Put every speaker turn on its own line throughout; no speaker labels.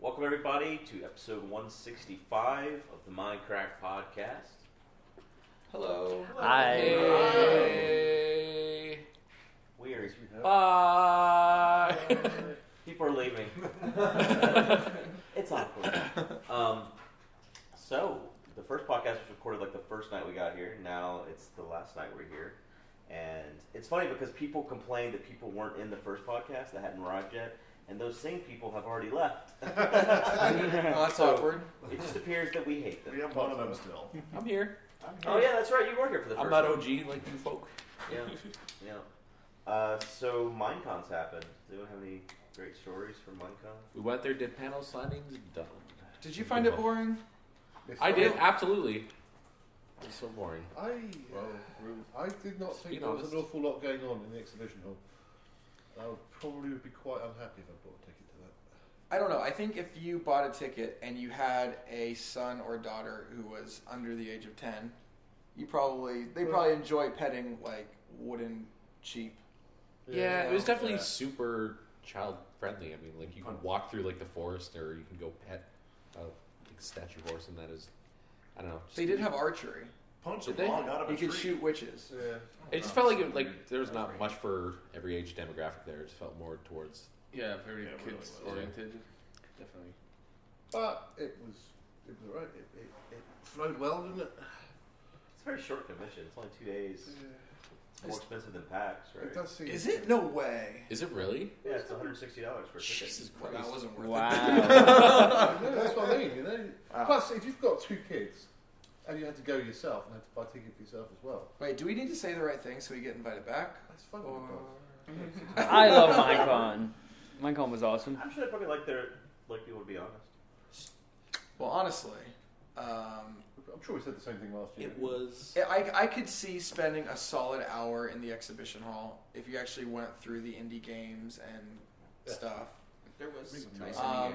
Welcome, everybody, to episode 165 of the Minecraft Podcast.
Hello.
Hi.
We are.
Bye.
People are leaving. it's awkward. Um, so, the first podcast was recorded like the first night we got here. Now it's the last night we're here. And it's funny because people complained that people weren't in the first podcast that hadn't arrived yet. And those same people have already left.
Oh, that's
So,
awkward.
It just appears that we hate them.
We have one of them still.
I'm here.
Oh yeah, that's right. You were here for the 1st
I'm not
one.
OG like you folk.
Yeah, yeah. Uh, so Minecons happened. Does anyone have any great stories from Minecon?
We went there, did panel signings, done.
Did you find it boring?
I did, absolutely. It's so boring.
I uh,
Well,
I did not
be
think there was
honest.
an awful lot going on in the exhibition hall. I would probably would be quite unhappy if I bought a ticket to that.
I don't know. I think if you bought a ticket and you had a son or daughter who was under the age of ten, you probably they
Well-
probably enjoy petting like wooden sheep.
Yeah, it was definitely
Yeah.
super child friendly. I mean, like you can walk through like the forest, or you can go pet a like, statue horse, and that is, I don't know.
They did have archery.
Punch
Did
a
they?
log out of a
You
tree.
could shoot witches.
Yeah.
It just felt like it, like there was not much for every age demographic there. It just felt more towards
Yeah, very
Yeah, really
kids
was.
oriented. Definitely.
But it was it was alright. It, it, it flowed well, didn't it?
It's a very short convention. It's only two days. It's more
It's-
expensive than PAX, right?
It does seem
Is it? No way.
Is it really?
Yeah, it's one hundred sixty dollars for a ticket.
Jesus
Well,
Christ.
that wasn't worth Ah.
No, that's what I mean, you know.
Wow.
Plus if you've got two kids and you had to go yourself and had to buy a ticket for yourself as well.
it. Wait, do we need to say the right thing so we get invited back?
That's fun.
Or-
I love Minecon. Minecon was awesome.
I'm sure they probably like their like people to be honest.
Well, honestly, um,
I'm sure we said the same thing last year.
It was.
Yeah, I, I could see spending a solid hour in the exhibition hall if you actually went through the indie games and stuff.
There was
Big
some nice
time.
indie
Um,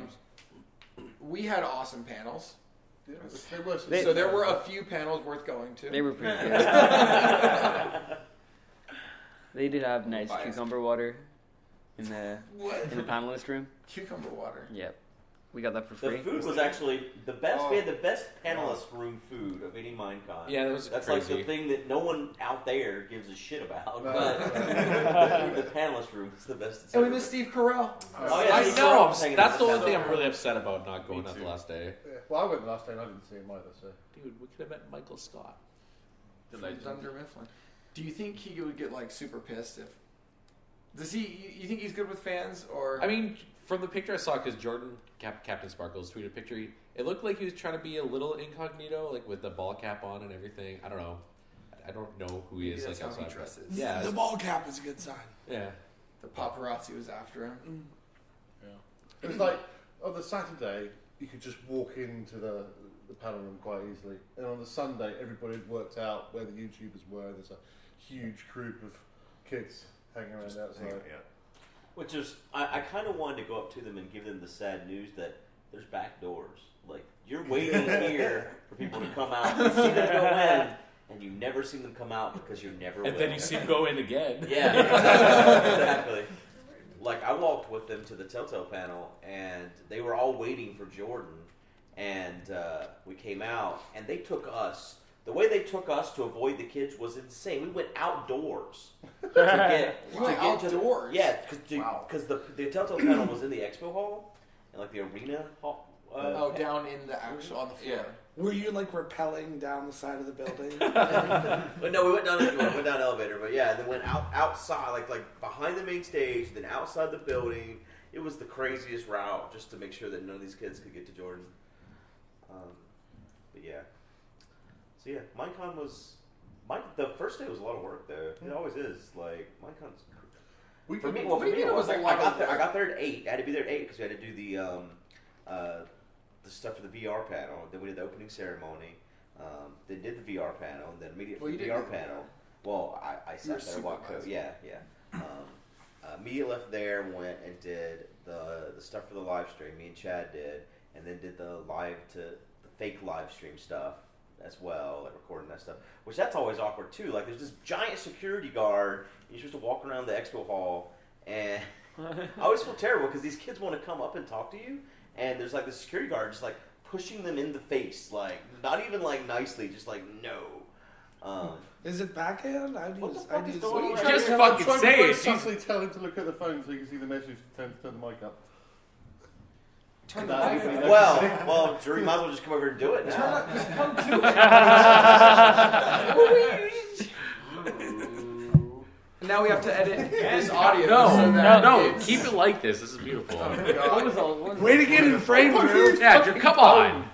games.
We had awesome panels.
Yeah, there were some-
so there were a few panels worth going to.
They were pretty good. They did have nice
Biased.
cucumber water in the
what?
in the panelist room.
Cucumber water.
Yep, we got that for
The
free.
food was actually the best. We had the best
Oh.
panelist room food of any Minecon.
Yeah, that was
That's
crazy.
like the thing that no one out there gives a shit about.
No.
But the panelist room is the best. it's
And we
ever
missed Steve Carell.
Oh, yeah,
I
Steve
know.
Carell was
I'm,
hanging
that's
out
the
with
only thing
Steve
I'm really upset about not going out the last day.
Yeah. Well, I went last day and I didn't see him either, so.
Dude, we could have met Michael Scott.
The
from
legend.
Dunder Mifflin. Do you think he would get like super pissed if? Does he? You, you think he's good with fans or?
I mean, from the picture I saw, because Jordan Cap- Captain Sparkles tweeted a picture. He, it looked like he was trying to be a little incognito, like with the ball cap on and everything. I don't know. I- I don't know who he
Maybe
is.
that's
like
how he
outside.
dresses.
Yeah, it's-
ball cap is a good sign.
yeah.
The paparazzi was after
Mm.
him.
It was like on the Saturday, you could just walk into the the panel room quite easily, and on the Sunday, everybody had worked out where the YouTubers were. There's a huge group of kids hanging around
Just hang
outside.
out, yeah.
Which is, I, I kind of wanted to go up to them and give them the sad news that there's back doors. Like, you're waiting here for people to come out. You see them go in, and you never see them come out because you never
And
will.
then you see him go in again.
Yeah, exactly. exactly. Like, I walked with them to the Telltale panel, and they were all waiting for Jordan, and uh, we came out, and they took us. The way they took us to avoid the kids was insane. We went outdoors to get,
You went
to get to the-
outdoors?
yeah, because the, the Telltale panel was in the expo hall and like the arena hall. Uh,
Oh, down in the actual on the floor.
Yeah. Were you like rappelling down the side of the building?
But no, we went down. We went down an elevator, but yeah, then went out outside, like like behind the main stage, then outside the building. It was the craziest route just to make sure that none of these kids could get to Jordan. Um, but yeah, so yeah, Minecon was. My, the first day was a lot of work though. It always is. Like Minecon's cr-
We
For
could-
me, well,
What
for
do you
me,
mean
it
it
was
was a
like, I
lot
got
of
there. I
work?
got there at eight. I had to be there at eight because we had to do the um, uh, the stuff for the VR panel. Then we did the opening ceremony. Um, then did the VR panel, and then immediately
Well, you
the
didn't
VR
do the
panel. Well, I, I
You were
sat there, walked over.
supervising.
Yeah, yeah. Um, uh, Mia left there, went and did the the stuff for the live stream. Me and Chad did, and then did the live to the fake live stream stuff as well, like recording that stuff. Which that's always awkward too. Like there's this giant security guard. And you're supposed to walk around the expo hall, and I always feel terrible because these kids want to come up and talk to you, and there's like the security guard just like pushing them in the face, like not even like nicely, just like no. Um,
Is it backhand? I
What the
use.
fuck
I
is
use
going on?
Just
Try to-
fucking
try to
say
very
it.
Subtly tell him to look at the phone so you can see the message. Turn, turn the mic up.
Turn
That would
the
be
mic
nice.
up.
well, well, Drew, you might as well just come over and do it
Turn
now.
up. Just come to it. now we have to edit this audio.
No,
so
no,
that
no.
it's-
Keep it like this. This is beautiful.
What was all? What was
Way to get in frame,
Oh
Drew.
yeah, Drew, come on.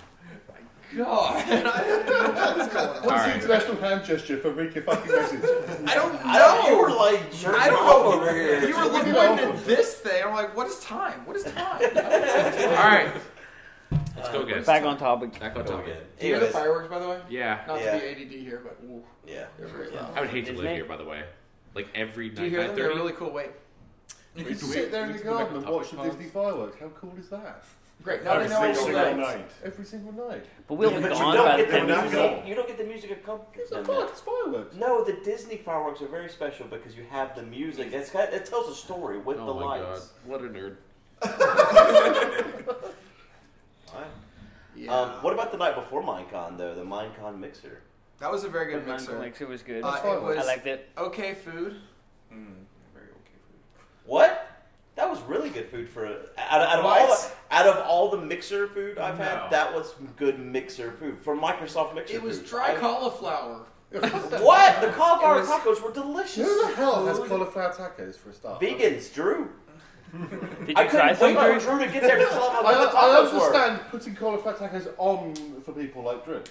God.
What's
All
the
right.
international hand gesture for reading your fucking message?
I don't
I don't know. You were
know.
like jerking
I don't
off
know.
over here.
You were looking at this thing. I'm like, what is time? What is time?
All right. Let's go, guys.
back on topic?
Back on
Go
topic.
again.
Do you hear the
Anyways,
fireworks, by the way?
Yeah.
Not
Yeah.
to be ADD here, but ooh,
yeah.
they're very loud.
I would hate to
Isn't
live
it?
here, by the way. Like every
Do you
night,
hear
nine
them? They're
thirty.
a really cool wave.
You
We-
can sit there in
we-
the
we-
garden and
topic
watch the
pause.
Disney fireworks. How cool is that?
Great. Now
Every
they know I
single
will
night.
like-
Every single night.
But we'll
Yeah,
be
but
gone
you don't
by the
get
time
the
the
this is
music.
over.
music. You don't get the music
It's a
accompanied.
fuck. It's fireworks.
No, the Disney fireworks are very special because you have the music. It's got, it tells a story with the
Oh my god!
lights.
What a nerd.
All right.
Yeah.
Um, what about the night before Minecon though? The Minecon mixer.
that was a very good
The
mixer.
mixer was good.
Uh, it was
I liked it.
okay food. Very okay food.
What? That was really good food for out of, out of all the,
What?
out of all the mixer food I've
No.
had. That was good mixer food for Microsoft mixer.
It was
food.
dry
I-
cauliflower.
What? The cauliflower
It was-
tacos were delicious.
Who the hell has
Food.
cauliflower tacos for a start?
Vegans, Drew.
Did you
I
try
couldn't
some?
wait for
Drew?
Drew to get there to tell him
I,
how good the
I
tacos were.
understand putting cauliflower tacos on for people like Drew.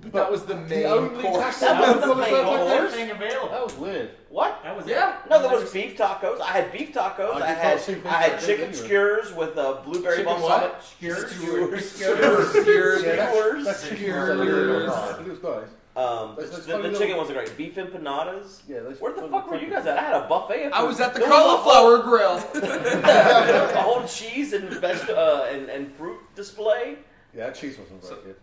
But that was the main
only
course.
taco-
That was the main
Cauliflower
course.
tacos?
Thing available.
That was weird.
What?
That was
Yeah.
it.
No, there was beef tacos. I had beef
I
tacos. I,
did not
had
see beef
I had
tacos
chicken
anywhere.
skewers with a blueberry
Chicken
bomb
what?
on it.
Skewers.
Skewers.
Skewers.
Skewers.
Yeah, that's-
Skewers.
that's chicken
Skewers.
was really nice. It was nice.
Um, the,
That's- that's
the-
funny
the
little-
chicken wasn't great. Beef empanadas.
Yeah, those
Where the
those
fuck were you guys at? I had a buffet. of
I
food.
was at the
There was a
cauliflower grill.
whole- A whole cheese and veg- uh, and, and fruit display.
Yeah, that cheese wasn't very
So-
good.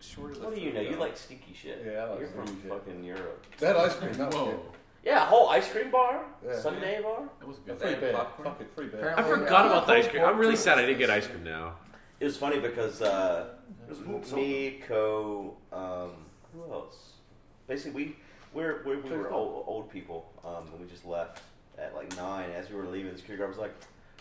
Short of the
What do you
food,
know? You
though.
like stinky shit.
Yeah, I like
you're from
stinky shit.
fucking Europe.
They had ice cream. That was
Whoa!
good.
Yeah, a whole ice cream bar,
Yeah.
Sunday bar.
That was
A
good.
free
They
beer.
had popcorn.
Fuck it, free beer.
I
Apparently-
forgot about the ice cream. I'm
Cold
really
pork
sad I didn't
too.
get ice cream now.
It was funny because uh, me, Co, um, who else? Basically, we we're, we we were old, old people, um, and we just left at like nine. As we were leaving, the security guard was like,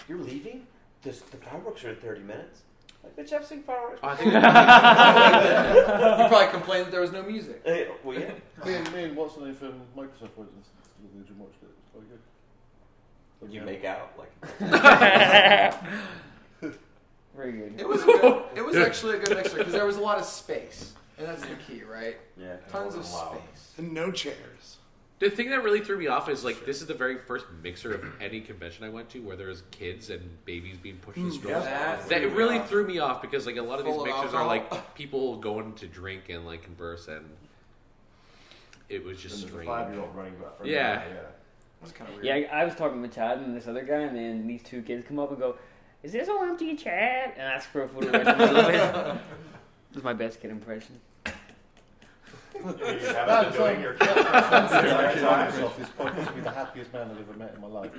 "You're leaving? This, the fireworks are in thirty minutes." Like, bitch, I've seen fireworks.
Oh, I
before."
think I
You probably complained that there was no music.
Eh, well, yeah.
Me and, me and Watson and from Microsoft went and looked and watched it. It was quite good. But
You
yeah.
make out like
Very good.
It was a good, it was actually a good mixer because there was a lot of space, and that's the key, right?
yeah.
Tons of
Wow.
space.
And no chairs.
The thing that really threw me off is like this is the very first mixer of any convention I went to where there was kids and babies being pushed
Hmm,
in strollers.
That's
That it
weird.
really threw me off because like a lot of
Full of
these mixers are
alcohol.
like people going to drink and like converse and it was just strange.
five-year-old running back. for
Yeah.
that,
It was kind of weird.
Yeah, I I was talking with Chad and this other guy, and then these two kids come up and go, "Is this all empty, Chad?" And ask for a photo. right in the middle of it. This is my best kid impression.
yeah. You
That's um,
haven't been
like-
doing your
Microsoft is
Microsoft.
probably to be the happiest man I've ever met in my life.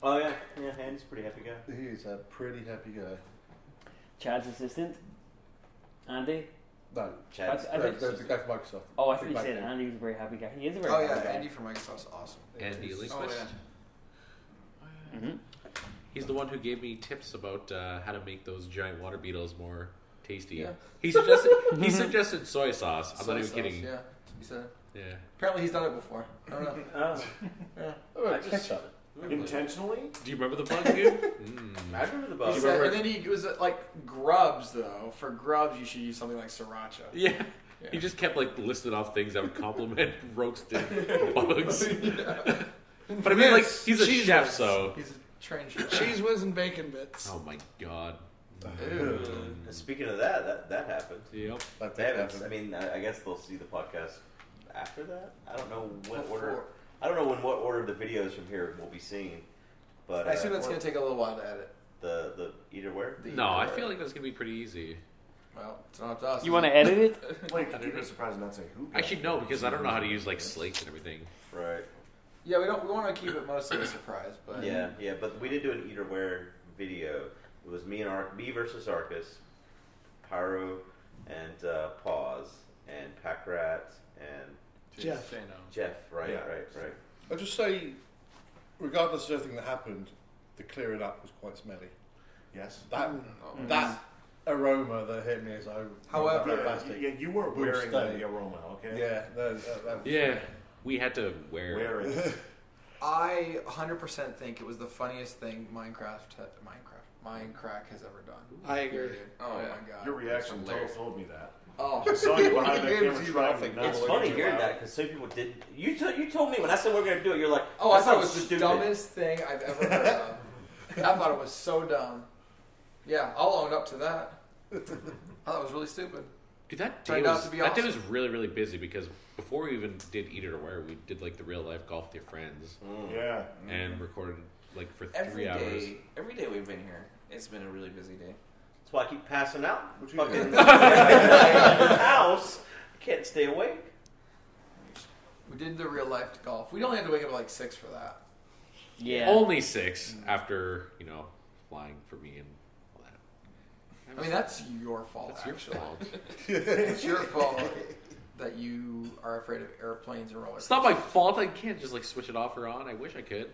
Oh yeah, yeah. Andy's a pretty happy guy.
He is a pretty happy guy.
Chad's assistant, Andy.
No,
Chad's
I- I think-
there's the guy from Microsoft.
Oh, I
Big
thought you
black
said
dude.
Andy was a very happy guy. He is a very
Oh
happy
yeah,
guy.
Andy from Microsoft's awesome.
Andy
He's-
Oh
Linkquist.
yeah.
Mhm.
Mm-hmm. He's the one who gave me tips about uh, how to make those giant water beetles more tasty. He suggested he suggested soy sauce. I'm
Soy
not even
sauce,
kidding.
Yeah. He said.
yeah.
Apparently he's done it before. I don't know.
Oh.
Oh,
I
it's
just-
ketchup.
Intentionally?
Do you remember the bug, dude? mm.
I remember the
He
bug.
said- and then he it was like grubs though. For grubs, you should use something like sriracha.
Yeah.
Yeah.
He just kept like listing off things that would compliment roasted bugs. But I mean, like, he's a
Cheese
chef,
whiz.
so.
He's a trained chef.
Cheese whiz and bacon bits.
Oh my god.
Ew.
Speaking of that, that that happened.
Yep.
That
They
did
haven't. I
happen.
mean, I I guess they'll see the podcast after that. I don't know what
Before.
order. I don't know when what order the videos from here will be seen, but uh,
I assume that's
or
gonna take a little while to edit.
the the either where.
The-
No, I feel like that's gonna be pretty easy.
well, it's not up to us.
You
is
want
it?
to edit it?
Wait, could you be surprised and not say who?
Actually, no, because I don't know how to use like slates and everything.
Right.
Yeah, we don't. We want to keep it mostly a surprise, but
Yeah, yeah, but we did do an eat or wear video. It was me and Ar- me versus Arcus, Pyro, and uh, Paws, and Pack Rat, and
Jeff.
Say no.
Jeff. Right,
Yeah.
right, right.
I'd just say, regardless of everything that happened, the clearing up was quite smelly.
Yes.
That
Mm.
Oh,
that aroma that hit me as I
However,
that
Yeah,
plastic.
yeah, you were
Would
wearing
stay.
the aroma, okay?
Yeah, no, that, that was-
Yeah, we had to wear.
Wear it.
I 100% think it was the funniest thing Minecraft, ha- Minecraft, Minecraft has ever done.
I agree.
Oh
Yeah.
my god.
Your reaction told,
Hilarious.
told me that.
oh,
I saw you behind the
Why was
camera
he
trying
laughing?
to
It's
Oh,
funny
wow.
hearing that because some people didn't. You t- you told me when I said we're gonna do it, you're like,
oh, I
"That
thought it
sounds
was the dumbest thing I've ever heard of. I thought it was so dumb. Yeah, I'll own up to that. I thought it was really stupid.
Dude, that day,
Turned out
was,
to be
that day was
awesome.
really, really busy because before we even did Eat It or Wear, we did like the real life golf with your friends
Yeah.
and recorded like for
Every
three hours.
day- every day we've been here, it's been a really busy day.
That's why I keep passing out.
What you
Fucking
doing?
house. I can't stay awake.
We did the real life golf. We only had to wake up at like six for that.
Yeah.
Only six after, you know, flying for me and all that.
I mean, that's your fault.
That's your
actually.
fault.
it's your fault that you are afraid of airplanes and roller.
it's not my fault. I can't just like switch it off or on. I wish I could.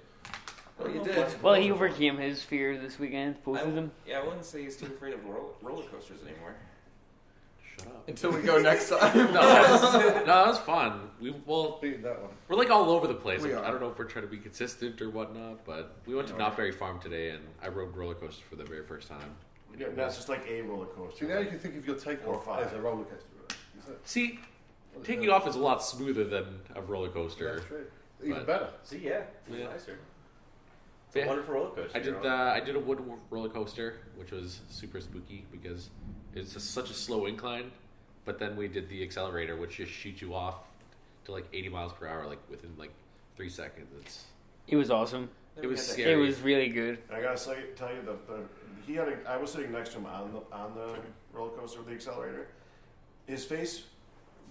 Well, you did.
Well, he overcame his fear this weekend. Both
I,
of them.
yeah, I wouldn't say he's too afraid of roller, roller coasters anymore.
Shut up.
Until we go next time.
No, that was, no, that was fun. We well,
Beat that one.
we're like all over the place.
We
Like, I
are.
don't know if we're trying to be consistent or whatnot, but we went to Knottberry Farm today, and I rode roller coasters for the very first time.
Yeah, no, it's just like a roller coaster.
So now you can think of your takeoff
five.
as a roller coaster. Right? Is that-
See, taking off is a lot smoother than a roller coaster.
That's true. Even
But-
better.
See, yeah, it's
Yeah.
nicer. It's
Yeah.
a wonderful roller coaster.
I did
you
the,
know?
I did a wood roller coaster, which was super spooky because it's a, such a slow incline. But then we did the accelerator, which just shoots you off to like 80 miles per hour, like within like three seconds. It's
It was awesome.
Then
it
we
was
had that-
scary.
It was really good.
And I gotta say, tell you the, the he had a, I was sitting next to him on the on the roller coaster with the accelerator. His face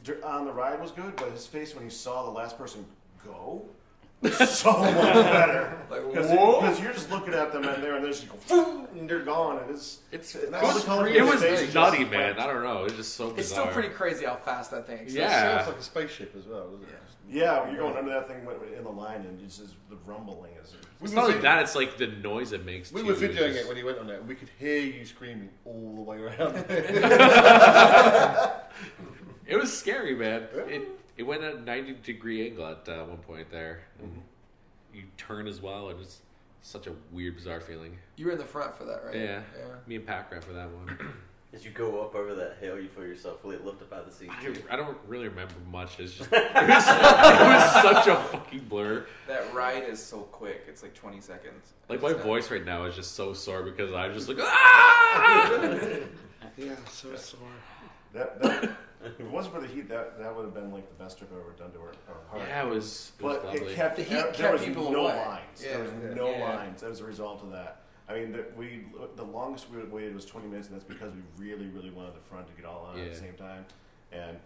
dur- on the ride was good, but his face when he saw the last person go, was so much better.
Like, whoa.
Because you're just looking at them and there, and they just go, "Phoom," and they're gone, and it's
It's
and
that
all
was
the colors in
it
his
was
face just
nutty,
went.
man. I don't know. It was just so bizarre.
It's still pretty crazy how fast that thing.
That
Yeah.
sounds like a spaceship as well, doesn't it?
Yeah, you're going under that thing in the line, and it's just the rumbling is.
We
It's
were
not like
vid-
that. It's like the noise it makes.
We
too.
were
It's
videoing
just-
it when he went on it. and We could hear you screaming all the way around.
It was scary, man. It it went at a ninety degree angle at uh, one point there. And
Mm-hmm.
You turn as well, and it's such a weird, bizarre feeling.
You were in the front for that, right?
Yeah, me and Pack ran for that one.
As you go up over that hill, you feel yourself really lifted by the seat.
I,
too.
I don't really remember much. It's just it was, it was such a fucking blur.
That ride is so quick. It's like 20 seconds.
Like
uh,
my voice right now is just so sore because I'm just like ah.
Yeah, so sore.
That, that, if it wasn't for the heat, that, that would have been like the best trip I've ever done to our, our heart.
Yeah, it was. It was
But
lovely.
it kept
The heat
there,
kept
was
people
no
away.
lines. There was
Yeah.
no
Yeah.
lines as a result of that. I mean, the, we the longest we waited was 20 minutes, and that's because we really, really wanted the front to get all on at
Yeah.
the same time, and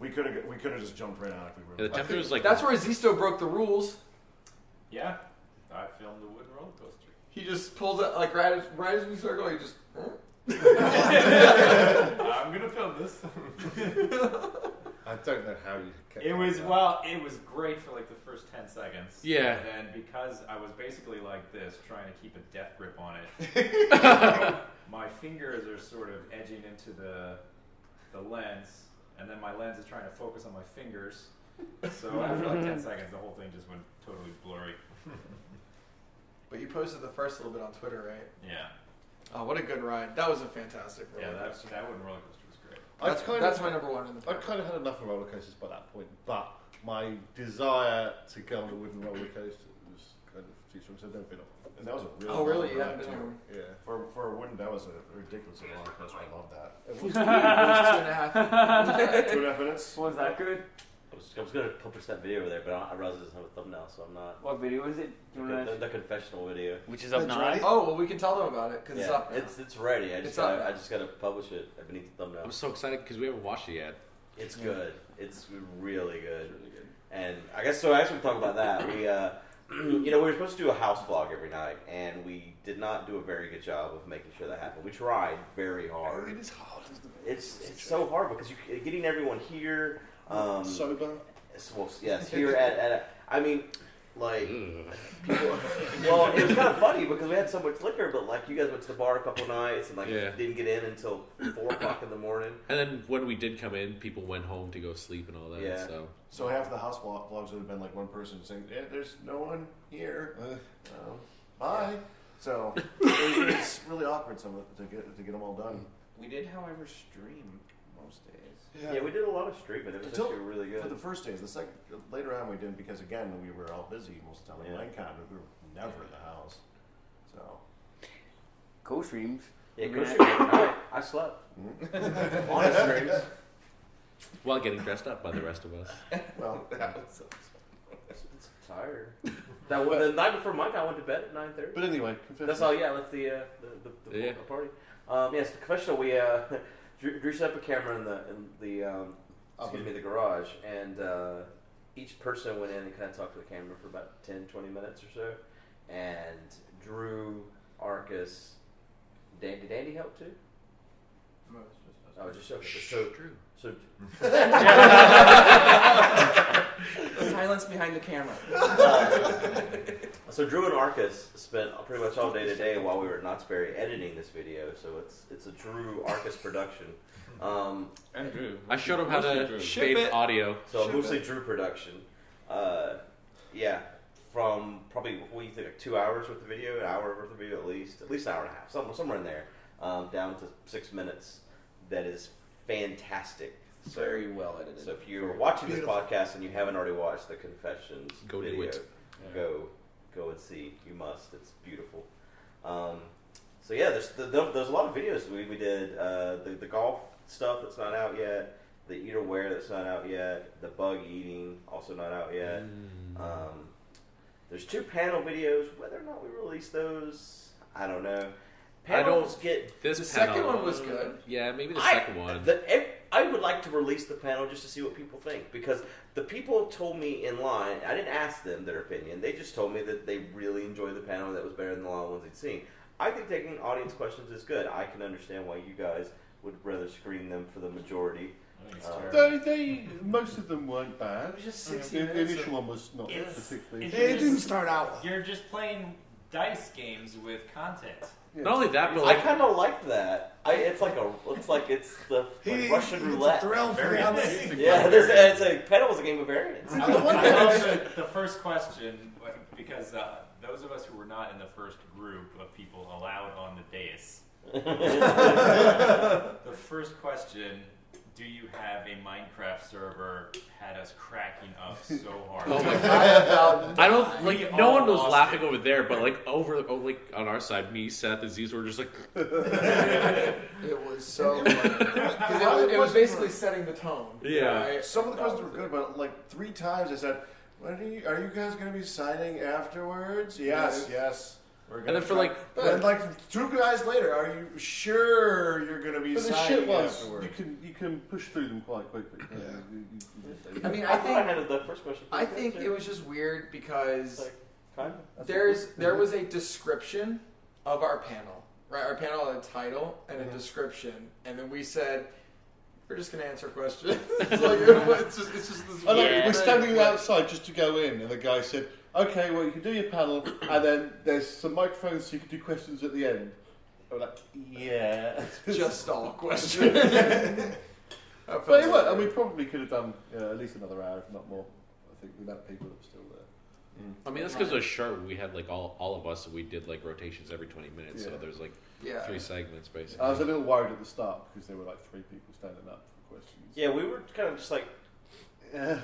we could have we could have just jumped right on if we
And the
were.
temperature was like
That's where Zisto broke the rules.
Yeah, I filmed the wooden roller coaster.
He just pulls it like right as right as we start going. He just
I'm gonna film this.
I don't know how you. kept
It was
that.
well, it was great for like the first ten seconds.
Yeah.
And then because I was basically like this, trying to keep a death grip on it, my fingers are sort of edging into the the lens, and then my lens is trying to focus on my fingers. So after like ten seconds, the whole thing just went totally blurry.
But you posted the first little bit on Twitter, right?
Yeah.
Oh, what a good ride! That was a fantastic roller
Yeah. That
coaster.
that wooden roller coaster was great.
I
That's,
kind
that's
of,
my number one in the
I kind of had enough of roller coasters by that point, but my desire to go on a wooden roller coaster was kind of too strong. So I never been on.
And that was a really
Oh, really?
long
Yeah.
ride,
I've been
too.
on
Yeah.
For for a wooden, that was a ridiculously long coaster. I love that.
It was-
one. It was two and a half.
Two and a half minutes.
Was that good?
I was, I was going to publish that video over there, but I, I realized it doesn't have a thumbnail, so I'm not.
What video is it? Do you wanna-
The, the confessional video.
Which is up
That's
now.
right.
Oh well, we can tell them about it because it's
Yeah,
up. now.
It's it's ready. I
It's
just
up
gotta, I
now.
just got to publish it beneath the thumbnail.
I'm so excited because we haven't watched it yet.
It's good. It's really good. And I guess so. I actually talk about that. We, uh, you know, we were supposed to do a house vlog every night, and we did not do a very good job of making sure that happened. We tried very hard.
It is hard, isn't it?
It's it's so hard because you getting everyone here. Um,
Sober.
it's- well, yes, here at, at a, I mean, like
Ugh.
people. Well, it was kind of funny because we had so much liquor, but like you guys went to the bar a couple nights and like
Yeah.
didn't get in until four o'clock in the morning.
And then when we did come in, people went home to go sleep and all that.
Yeah.
So
So half the house blo- blogs would have been like one person saying, eh, "There's no one here, um, bye." So it- it's really awkward some of the, to get to get them all done.
We did, however, stream most days.
Yeah, we did a lot of streaming. It was
Until-
actually really good.
For the first days, the second later on we didn't because again we were all busy most of the time.
Yeah.
Yeah. we were never in the house. So
Co streams.
Yeah, Coach I, I slept.
Mm-hmm.
On his streams.
while getting dressed up by the rest of us.
well,
That was
It's tired. That was, the night before Mike, I went to bed at nine thirty.
But anyway, confession.
That's all. Yeah, that's the uh, the, the, the
Yeah.
party. Um, yes, the confessional. We uh, drew, drew set up a camera in the in the um, excuse
Oven.
me the garage, and uh, each person went in and kind of talked to the camera for about 10, 20 minutes or so. And Drew, Arcus, Dan, did Andy help too? I was just okay. So,
True.
so
the silence behind the camera.
So Drew and Arcus spent pretty much all day today while we were at Knott's Berry editing this video. So it's it's a Drew Arcus production. Um,
And Drew.
I showed them how to
Ship
fade
it.
audio.
so
Shit,
mostly Drew production. Uh, yeah, from probably what do you think, like two hours worth of video, an hour worth of video at least, at least an hour and a half, somewhere somewhere in there, um, down to six minutes. That is fantastic. So,
Very well edited.
so if you're watching this
Beautiful.
podcast and you haven't already watched the Confessions
Go do
video,
it.
go go and see. You must. It's beautiful. Um, so yeah, there's the, the, there's a lot of videos we, we did. Uh, the the golf stuff that's not out yet. The eater wear that's not out yet. The bug eating also not out yet.
Mm.
Um, there's two panel videos. Whether or not we release those, I don't know.
I don't-
Panels get.
This
The
panel-
second one was good.
Yeah, maybe the
I-
second one.
the- ev- I would like to release the panel just to see what people think because the people told me in line. I didn't ask them their opinion. They just told me that they really enjoyed the panel. That was better than the lot of ones they'd seen. I think taking audience questions is good. I can understand why you guys would rather screen them for the majority. Uh,
They, they, most of them weren't bad.
was just
The,
60
the
minutes
initial one was not
It's-
particularly.
it's-
It didn't start out well.
You're just playing dice games with content.
yeah.
Not only that, but
I
like
kind of like that. I, it's like a, it's like it's the
He-
Russian
it's a
roulette.
thrill for him.
Yeah, there's, it's a pedal was a game of variance.
I will- I will say the first question, because uh, those of us who were not in the first group of people allowed on the dais, the first question. Do you have a Minecraft server? Had us cracking up so hard.
Oh my
I about
I don't
We
like. No
all
one was
lost
laughing
it.
over there, but like over, oh, like on our side, me, Seth, and Z's were just like,
It was so funny. 'Cause it, was, it was basically setting the tone.
Yeah.
right?
some of the
That
questions were
was
good, but like three times I said, "When are you, are you guys going to be signing afterwards?" Yes, yes. We're gonna
and then for
try-
like,
And like two guys later, are you sure you're going to be
But the
signing
shit was,
afterwards?
you can you can push through them quite quickly.
Yeah.
You- you- you-
I mean,
I,
I
thought I
think
handled the first question.
I
pretty
think
good,
it
too.
was just weird because
Like, kind of.
there's there was a description of our panel, right? Our panel had a title and
Mm-hmm.
a description, and then we said we're just gonna answer questions. it's like it was- it's just it's just this
I know,
weird
Oh,
thing.
we're standing outside just to go in, and the guy said, "Okay, well, you can do your panel, and then there's some microphones, so you can do questions at the end." I was like, "Yeah."
just all questions. I felt
but it
like-
worked, and we probably could have done you know, at least another hour, if not more. I think with that people that were still there.
Mm.
I mean, that's because it was short. We had like all all of us. We did like rotations every twenty minutes, so
Yeah.
there's like
yeah.
three segments basically.
I was a little worried at the start because there were like three people standing up for questions.
Yeah, we were kind of just like
Yeah.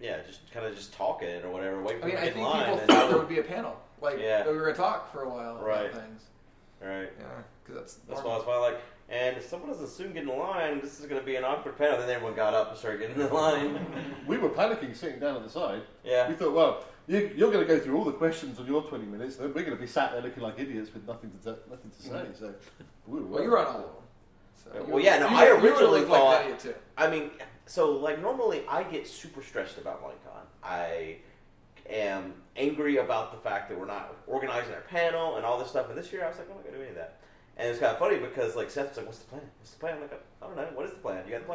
yeah, just kind of just talking or whatever, waiting
I mean,
for
I
in
think
line.
people
and-
thought there would be a panel, like
Yeah.
that we were gonna talk for a while
Right.
about things.
right.
Yeah, because that's
That's why
normal.
I was probably like, and if someone doesn't soon get in line, this is going to be an awkward panel. Then everyone got up and started getting in line.
We were panicking sitting down at the side.
yeah.
We thought, well, you, you're going to go through all the questions on your 20 minutes, then we're going to be sat there looking like idiots with nothing to, nothing to say. So, we were
Well, you
worried.
were on all of them. So
Well,
you-
yeah, no,
you-
I
you were
originally
like
thought-
that, you too.
I mean, so like normally I get super stressed about Minecon. I am angry about the fact that we're not organizing our panel and all this stuff. And this year I was like, I'm not gonna do any of that. And it's kind of funny because like Seth's like, "What's the plan? What's the plan?" I'm like, "I don't know. What is the plan? You got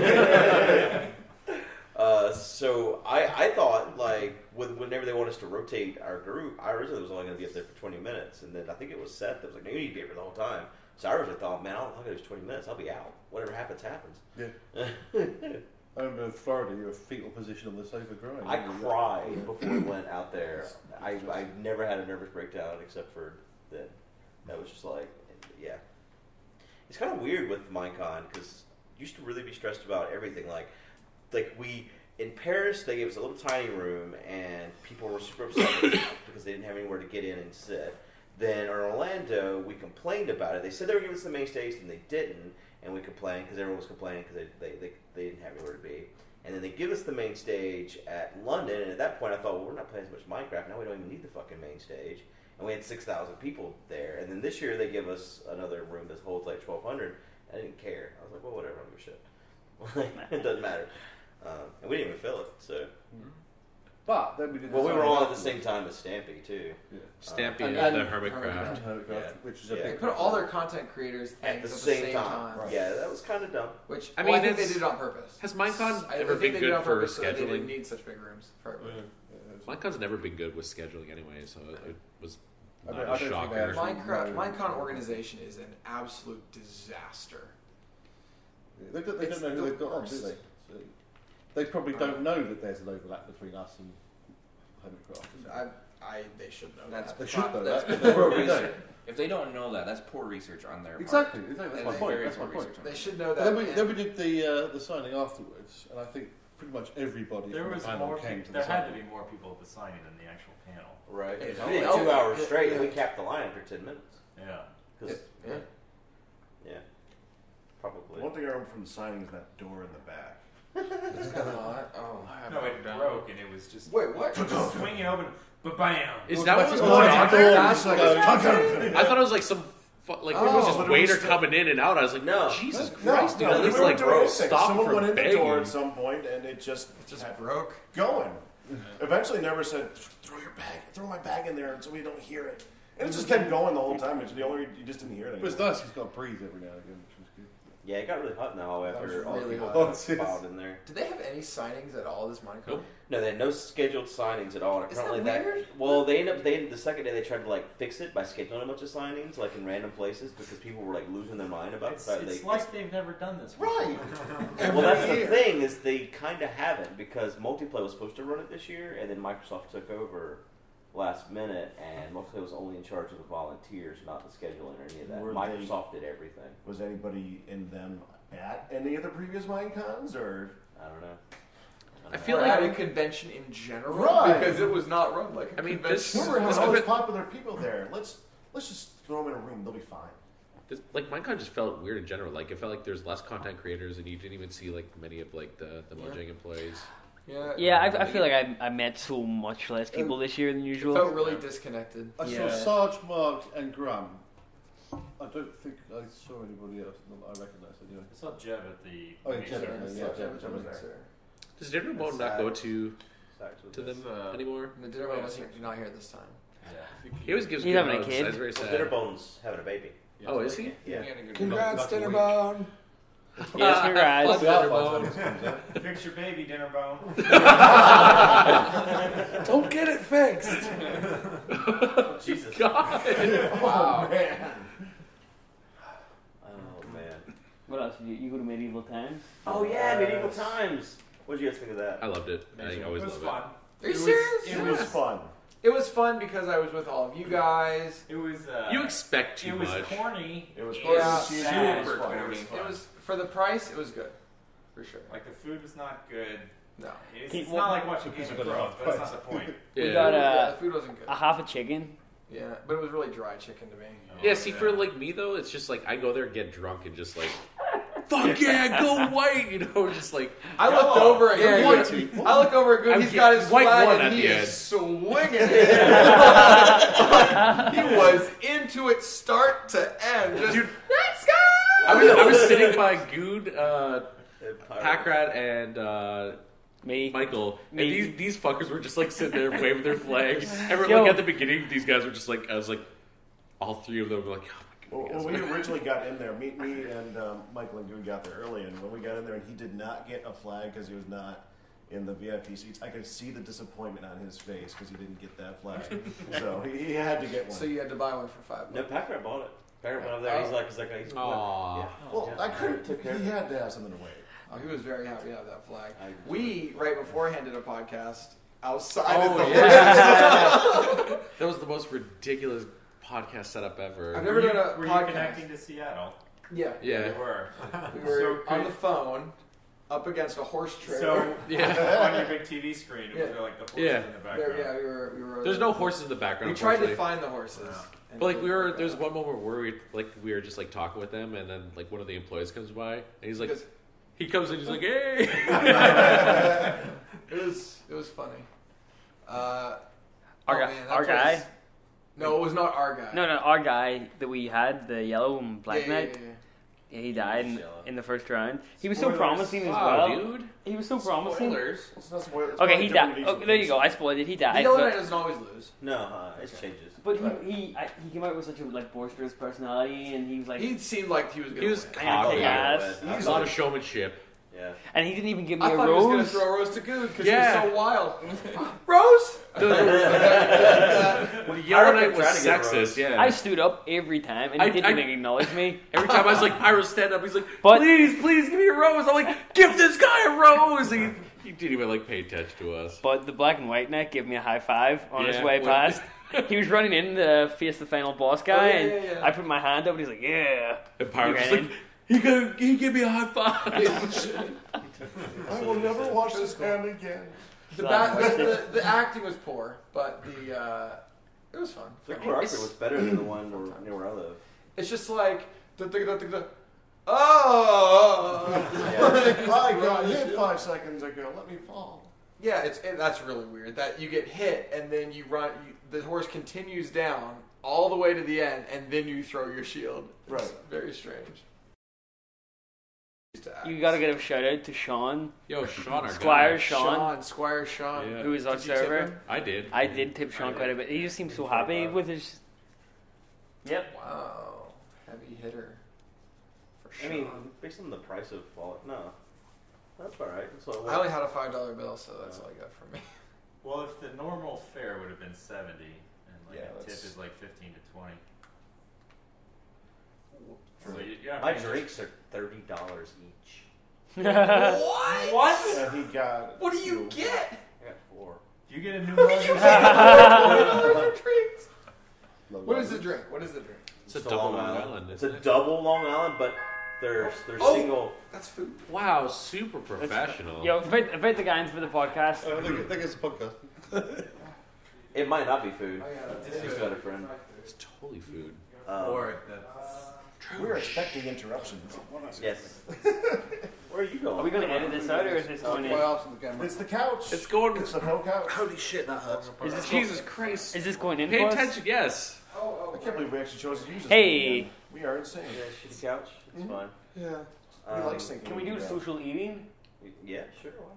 the plan?" uh, so I I thought like with, whenever they want us to rotate our group, I originally was only going to be up there for 20 minutes, and then I think it was Seth that was like, "No, you need to be up here the whole time." So I originally thought, "Man, I'll, I'll go to 20 minutes. I'll be out. Whatever happens, happens."
Yeah. I remember in Florida, you were fetal position on the sofa crying.
I
weren't you?
cried before I went out there. I, I never had a nervous breakdown except for that. That was just like, yeah. It's kind of weird with Minecon because used to really be stressed about everything. Like, like we in Paris, they gave us a little tiny room, and people were super upset because they didn't have anywhere to get in and sit. Then in Orlando, we complained about it. They said they were giving us the main stage, and they didn't. And we complained because everyone was complaining because they, they, they, they didn't have anywhere to be. And then they give us the main stage at London. And at that point, I thought, well, we're not playing as much Minecraft. Now we don't even need the fucking main stage. And we had 6,000 people there. And then this year, they give us another room that holds like 1,200. I didn't care. I was like, well, whatever. I don't give a shit. it doesn't matter. Um, and we didn't even fill it. So,
But then we did.
Well, we were all at the same time as Stampy, too.
Yeah.
Um,
Stampy
And-
and,
and-
the Hermit Craft.
Hermit Craft,
Yeah.
Which is a
Yeah.
They
big.
put all their content creators things
At the same, time.
time.
Yeah, that was kind of dumb.
Which
I
I
mean,
mean, I think they
that's-
did it on purpose.
Has Minecon
I
ever
think
been
they did it
good
on
for
purpose so that They didn't
scheduling?
need such big rooms for
Yeah.
everyone.
Mm.
Yeah, it was-
Minecons never been good with scheduling anyway, so it was
I
not
don't- I
a
don't think they
shocker.
Minecraft,
actually- No.
Minecon organization is an absolute disaster.
They don't, they oh,
It's
don't know who
the
they've got on, do
worst.
they? So they probably don't know that there's an overlap between us and Homecraft.
I, I, they should know
That's
that.
They should know
That's-
that. but They probably
Research.
don't.
If they don't know that, that's poor research on their part.
Exactly. Exactly. That's
And
my
they
point.
very
That's my
poor
point.
research on
They
their
should know that.
Then we,
and-
then we did the uh, the signing afterwards, and I think pretty much everybody
There
from the
was
panel
more.
came
peop
to the
there had to
signing.
be more people at the signing than the actual panel.
Right.
It's
we did
all-
two hours
it-
straight,
yeah.
and we capped the line after 10 minutes.
Yeah.
'Cause-
Yeah.
yeah. Probably.
One thing I remember from the signing is that door in the back.
Oh.
No, it broke and it was just
Wait, what?
swinging open. But bam.
Is that what was
Oh,
going
yeah,
on
the
there?
door was like-
I thought it was like some fu- like it was
Oh.
just waiter coming in and out. I was like,
No.
Jesus
No,
Christ, dude!
no,
at
they
least
weren't
like
doing anything.
stop
Someone
from
went in
begging.
the door at some point, and it just
It just
kept
broke.
going. Eventually, never said throw your bag, throw my bag in there, so we don't hear it. And it just kept going the whole time. It's the only you just didn't hear it.
It was
anymore.
nice. He's got to breathe every now and again, which was good.
Yeah, it got really hot in the hallway
That was
after all the
really
people
hot.
got
Serious.
filed in there.
Do they have any signings at all this Minecon?
Nope.
No, they had no scheduled signings at all. And
Is that
apparently
weird?
well, they ended up they the second day they tried to like fix it by scheduling a bunch of signings like in random places because people were like losing their mind about
It's,
the fact
it's
they.
like they've never done this.
Right.
well, that's the thing is they kind of haven't because multiplayer was supposed to run it this year and then Microsoft took over last minute and multiplayer was only in charge of the volunteers, not the scheduling or any of that.
Were they-
Microsoft did everything.
Was anybody in them at any of the previous mine cons or?
I don't know. don't
I
know.
feel
Or
like-
at a convention in general
Right.
because it was not run like a
I mean, this-
convention.
Remember how
Let's
all
go
those
back-
popular people there? Let's let's just throw them in a room. They'll be fine.
This- Like Minecon just felt weird in general. Like it felt like there's less content creators, and you didn't even see like many of like the the
Yeah.
Mojang employees.
yeah,
Yeah, I, I feel like I, I met so much less people this year than
it felt
usual.
really disconnected.
I
Yeah.
saw Sarge, Marks, and Graham. I don't think I saw anybody else that I recognised anyway.
I saw Jeb at the.
Oh, yeah,
main
Jeb,
service.
yeah, Jeb, Jeb was there.
Does Dinner Mode
sad.
not go to
Starts with
to
this.
them
uh,
anymore?
And the dinner
Yeah.
man was here, not here this time.
He always gives
He's
good
having a
hugs.
kid.
That's very
Well,
sad.
Dinnerbone's having a baby.
oh, is he?
Yeah.
Congrats, Dinnerbone.
Yes, congrats.
Probably our by the time this comes out.
Fix your baby dinner bone.
Don't get it fixed.
Jesus.
God.
Oh,
Wow, man.
Oh man.
What else? Did you, you go to medieval times?
Oh yeah, medieval times. What did you guys think of that?
I loved it. I always
it was
love
fun.
Are you
It was-
serious?
It was fun.
It was fun because I was with all of you guys.
It was. Uh,
it. You expect too
It was
much.
corny.
It was
and
corny.
Yeah,
sad.
super
It was
corny.
fun.
It was for the price. It was good, for sure.
Like the food was not good.
No,
It's,
Keep-
it's not like watching Game
Because
of
of the
Thrones, but
price.
that's not the point.
Yeah.
We got uh,
yeah,
a,
the food wasn't good.
a half a chicken.
Yeah, but it was really dry chicken to me.
Oh, Yeah, see, for like me though, it's just like I go there, get drunk, and just like, fuck yeah, go white, you know, just like
I looked
Oh,
over at
yeah,
Good.
white
people.
I look over at Good.
I'm
He's got
getting
his
white one
flag
at
and he
the
is swinging it. he was into it, start to end. Just,
Dude.
let's go.
I was, I was sitting by Good uh, Packrat and uh,
Me.
Michael. And
Me.
these, these fuckers were just like sitting there waving their flags. Everyone,
Yo.
like, at the beginning, these guys were just like, I was like, all three of them were like, oh
Well,
my god.
when we originally got in there, me, me and um, Michael and Goon got there early, and when we got in there, and he did not get a flag because he was not in the VIP seats. I could see the disappointment on his face because he didn't get that flag, so he, he had to get one.
So you had to buy one for five
No,
bucks. Oh.
Packrat bought it. Packrat went over there. He's like, he's like, he's
Aw.
well,
yeah.
I couldn't.
Took care of
He
it.
had to have something to wave.
Oh, he was very happy to have that flag.
I-
We right beforehand did a podcast outside
Oh,
of the
That was the most ridiculous podcast setup ever.
I've
Were
never
you,
done a
were you
podcast.
connecting to Seattle?
Yeah,
yeah.
You were.
we
So
were
could-
on the phone, up against a horse trailer.
So
Yeah.
on your big TV screen, it was
Yeah.
like the horses
Yeah.
in the
there,
background.
yeah, we were. We were
There's no horses in the background.
We tried to
unfortunately.
find the horses,
Yeah.
and uh,
But like we were,
couldn't
there's
figure
one moment where we like we were just like talking with them, and then like one of the employees comes by, and he's
it out.
like,
Because
he comes in, he's like, hey,
it was it was funny. Uh,
Our guy-
oh, man, that
our guy?
place- No, it was not our guy.
No, no, our guy that we had, the yellow and black
yeah,
knight,
yeah, yeah, yeah.
yeah, he died in,
Yellow.
in the first round. He was so
Spoilers.
promising as
wow,
well.
dude,
He was so promising.
Spoilers.
It's not spoil- it's
Okay, he
probably
died.
different
Oh, there you go. I spoiled it. He
The
died.
yellow
but-
knight doesn't always lose.
No, uh, it changes.
But he he, I, he came out with such a like boisterous personality, and he was like,
He seemed like he was. Gonna
He was
win.
I gotta
cocky.
kick
A
ass.
Yeah.
lot of showmanship.
Yeah.
and he didn't even give me
I
a
thought he was gonna
rose.
throw a rose to Goon because
Yeah.
he was so wild. rose.
The yellow
reckon
knight was
try to get
sexist.
roast.
Yeah.
I stood up every time, and
I-
he didn't
I-
even acknowledge me.
Every time I was like, Pyro, stand up. He's like,
But-
please, please give me a rose. I'm like, give this guy a rose. He, he didn't even like pay attention to us.
But the black and white knight gave me a high five on his
Yeah,
way
what-
past. he was running in to face the final
Oh,
boss guy,
yeah,
and
yeah, yeah.
I put my hand up, and he's like, "Yeah."
And Pyro
He
just
ran
like, he go, he give me a high five.
I will never wash this hand again.
The,
So
back,
I watched
the, the acting was poor, but the uh, it was fun.
The choreography was better than the one where, near where I live.
It's just like duh, duh, duh, duh, duh. oh
Yeah.
I got hit five seconds ago. Let me fall.
yeah, it's it, that's really weird that you get hit and then you run. You, the horse continues down all the way to the end, and then you throw your shield. It's
Right.
very strange.
you gotta give a shout out to Sean
Yo, Sean, our
Squire
guy.
Sean,
Squire Sean.
Yeah.
who was on
Did you tip
server.
him?
I did.
I did tip Sean
I
quite a bit. He just seemed so happy with his. Yep.
Wow, heavy hitter. For
I
Sean.
mean, based on the price of Fallout, no, that's all right. That's what it
I only
was.
had a five dollar bill, so that's all I got for me.
Well, if the normal fare would have been 70, and like
Yeah,
a tip
that's-
is like 15 to 20. So you, yeah, I
My
mean,
drinks are thirty dollars each.
what? What?
And he got.
What do you get?
I got four.
do you get a new one?
What is the drink? What is the drink?
It's a double Long Island.
It's
isn't
a
it?
double Long Island, but they're they're
Oh.
single.
That's food.
Wow, super professional.
Yo, invite, invite the guys for the podcast.
Oh,
I think, I think it's a podcast.
It might not be
Oh,
food.
yeah,
She's got a friend.
It's totally food.
Um,
Or that's
We were expecting interruptions.
yes. Where are you going?
Are we gonna edit this out, or is this going in?
in the camera.
It's the couch.
It's going.
It's the whole couch.
Holy shit, that hurts.
Is this going,
Jesus Christ.
is this going in?
Pay
for us?
attention. Yes.
Oh.
I can't believe we actually chose to use this.
Hey.
thing again. we are insane. Hmm?
Yeah, shitty couch. It's fine.
Yeah.
We
Um,
like syncing.
Can we do social eating?
Yeah, sure. Why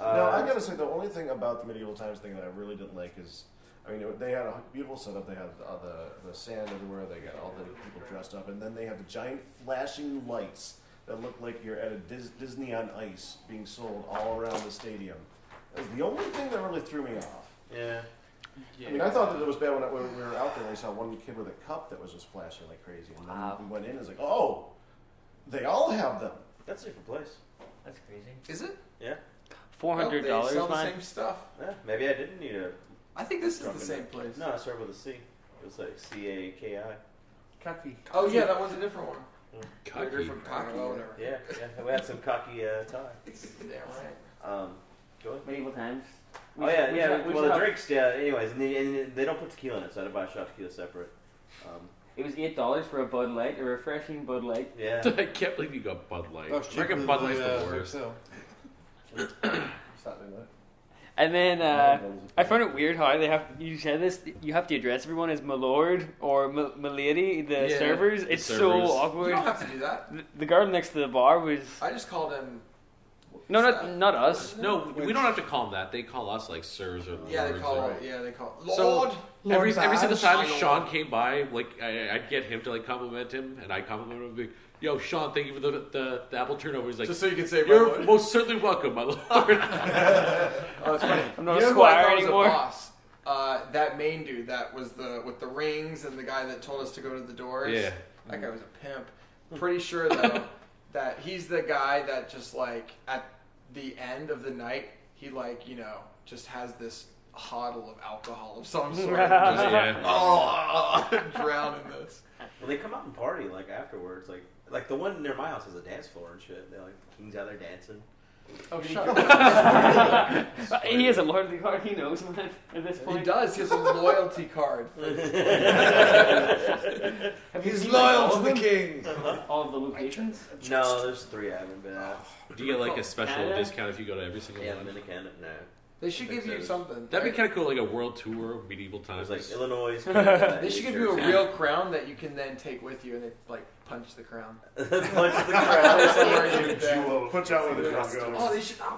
not?
No, I
Uh,
gotta say the only thing about the medieval times thing that I really didn't like is, I mean, they had a beautiful setup. They had all the the sand everywhere. They got all the people dressed up, and then they have the giant flashing lights that look like you're at a Dis- Disney on Ice being sold all around the stadium. That was the only thing that really threw me off.
yeah.
I mean, I thought that it was bad when, I, when we were out there. and We saw one kid with a cup that was just flashing like crazy, and then
Wow.
we went in and it's like, oh, they all have them.
That's a different place.
That's crazy.
Is it?
Yeah.
Four hundred
They
dollars,
sell the
man.
same stuff.
Yeah. Maybe I didn't need a.
I think this is the
Drunk in
same
it.
place.
No, I started with a C. It was like C A K I. Mm.
Oh yeah, that one's a different one. They're
Cocky.
different kind of owner.
Yeah, yeah. We had some cocky uh, tie.
Damn right.
Um, go ahead.
Medieval times. We
Oh
should-
yeah,
we
yeah.
should- we
well,
should
the
have-
drinks. Yeah. Anyways, and, the, and they don't put tequila in it, so I had to buy a shot of tequila separate. Um,
It was eight dollars for a Bud Light, a refreshing Bud Light.
yeah.
I can't believe you
uh,
got Bud Light. Freaking Bud Light's the worst.
Hotel.
Saturday night.
And then
Oh,
uh, I found it weird how they have you said this. You have to address everyone as my lord or my my lady. The
Yeah,
servers.
the
It's
servers.
so
You
awkward.
don't have to do that.
The- The guard next to the bar was
I just called him.
no,
Seth.
not not us.
No, we don't have to call them that. They call us like sirs or
Yeah, they
lords
call.
or-
Yeah, they call.
So-
Lord.
Every,
Lord
every single
Vash.
time Sean came by, like I, I'd get him to like compliment him, and I compliment him. Be, Yo, Sean, thank you for the the, the apple turnover. He's like,
just so you can say, my
you're
lord.
most certainly welcome, my lord.
Oh, it's funny.
I'm not
you
a
know who I
squire
thought was
anymore.
a boss? Uh, that main dude that was the with the rings and the guy that told us to go to the doors.
Yeah.
that guy was a pimp. Pretty sure though that he's the guy that just like at the end of the night he like you know just has this huddle of alcohol of some sort. and just,
yeah.
oh, drown in this.
Well, they come out and party like afterwards. Like like the one near my house has a dance floor and shit. They're like kings out there dancing.
Oh, shut up.
He is a lord of the guard. He knows man at this
He
point.
does. He has a loyalty card.
Have you
He's
seen
loyal
all
to
of
the
them?
king.
All of the locations.
no, there's three I haven't been at.
Do you get like a special
Canada?
discount if you go to every single
Uh, Yeah, I've
one?
been to Canada. No,
They should give you something.
That'd be kind of cool, like a world tour of medieval times.
there's like Illinois. Canada,
They should
New
give you a
Jersey.
real crown that you can then take with you and they like punch the crown.
punch the crowd.
Put you out with the crown
Oh,
goes.
they should. Oh,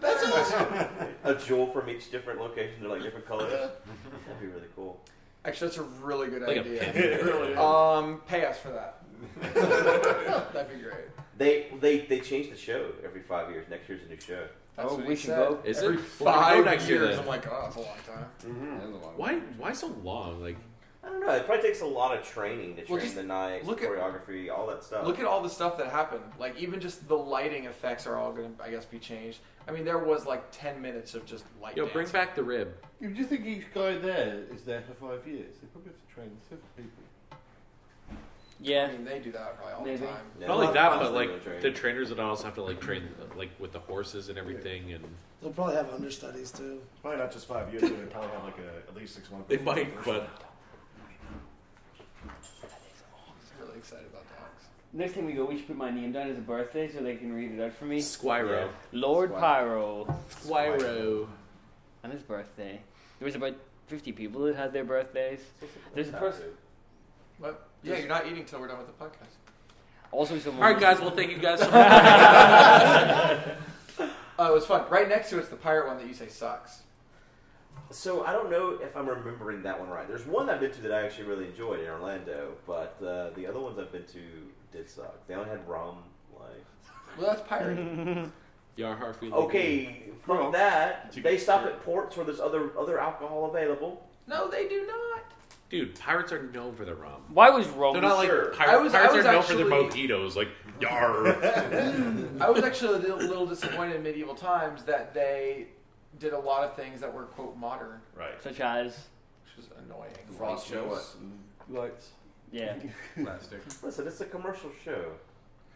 that's even better.
A jewel from each different location. They're like different colors. That'd be really cool.
Actually, that's a really good
Like a
idea.
It really is.
Um, pay us for that. Oh, That'd be great.
They they they change the show every five years. Next year's a new show.
That's
Oh,
what
we
he
should
said.
go.
Is
Every
it? Well, we can go
five
next year
years, oh.
then.
I'm like, oh, that's a long time.
Why? Why so long? Like,
I don't know. It probably takes a lot of training to train
just
the knights,
look at-
choreography, all that stuff.
Look at all the stuff that happened. Like even just the lighting effects are all going to, I guess, be changed. I mean, there was like ten minutes of just light.
yo, bring
dancing.
back the rib.
If you think each guy there is there for five years, they probably have to train several people.
Yeah.
I mean, they do that probably all
Maybe.
the time.
Yeah,
Not only
lots-
that,
lots
but
of
like
people train.
the trainers would also have to like train like with the horses and everything, and
They'll probably have understudies too.
Probably not just five years. They probably have like a, at least six months.
they might. But
I'm really excited about dogs.
Next time we go, we should put my name down as a birthday so they can read it out for me.
Squiro,
Lord
Squire.
Pyro
Squiro.
on his birthday. There was about 50 people that had their birthdays. There's a person.
But yeah, you're not eating till we're done with the podcast.
Also, someone.
All right, guys. Well, thank you guys. so much.
Oh, it was fun. Right next to it's the pirate one that you say sucks.
So I don't know if I'm remembering that one right. There's one I've been to that I actually really enjoyed in Orlando, but uh, the other ones I've been to did suck. They only had rum. Like
Well, that's pirate.
Yar Harfield.
okay, from that they stop at ports where there's other other alcohol available.
no, they do not.
dude. Pirates are known for their rum.
Why was Rome?
They're not like
Sure.
pirate,
I was- I
pirates
was
are known for
actually-
their mojitos. Like yar.
I was actually a little, little disappointed in medieval times that they did a lot of things that were quote modern,
Right.
Such as.
which was annoying.
Ross shows.
Lights.
Yeah.
Plastic.
Listen, it's a commercial show.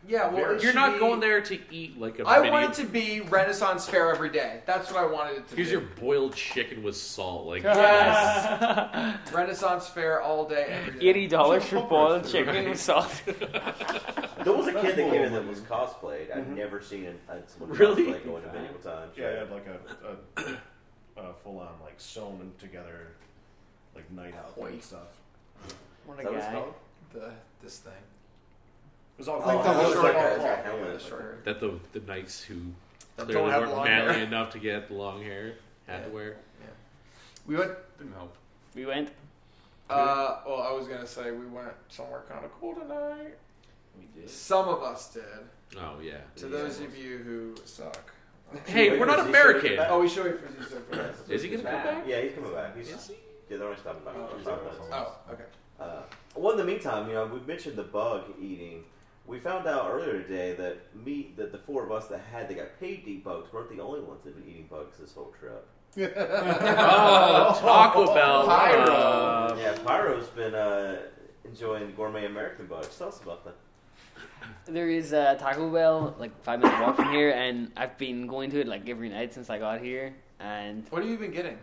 Yeah, well, it
You're
should
not
be-
going there to eat like a.
I
mini-
wanted to be Renaissance fair every day. That's what I wanted it to
Here's
be.
your boiled chicken with salt. Like
Yes. Renaissance fair all day every day.
Eighty dollars for
Sure,
boiled
right.
chicken with salt.
There was a
That's
kid that
more
came in
of
that
a-
was cosplayed. I've never seen a, a someone
Really?
cosplay going to medieval times.
Yeah, I had like a, a, a full on like sewn together like night out thing and stuff.
What a
Is that what it's
guy.
called?
the this thing.
It was all
Like
oh,
the
it was
whole
like
circle.
a-
Yeah,
Yeah,
helmet.
the short-
that. The the knights who
That
clearly
don't have
weren't
long
manly
hair.
enough to get long hair had to wear.
We went.
Didn't help.
We went.
Uh, well, I was gonna say we went somewhere kind of cool tonight.
We did.
Some of us did.
Oh yeah.
To those of you who suck.
Hey, we're not
Is he sure
American.
he's back?
Oh, we should wait for you to finish.
Is he gonna come back?
Yeah, he's coming back. He's,
Is he?
Yeah, they're only stopping by.
Oh,
for
he's
five
on
minutes.
his
Oh, okay.
Uh, well, in the meantime, you know, we mentioned the bug eating. We found out earlier today that me, that the four of us that had that got paid to eat bugs weren't the only ones that had been eating bugs this whole trip.
Oh, Taco Bell.
Pyro.
Uh,
yeah, Pyro's been uh, enjoying gourmet American bugs. Tell us about that.
There is a Taco Bell like five minute walk from here, and I've been going to it like every night since I got here. And
What have you been getting?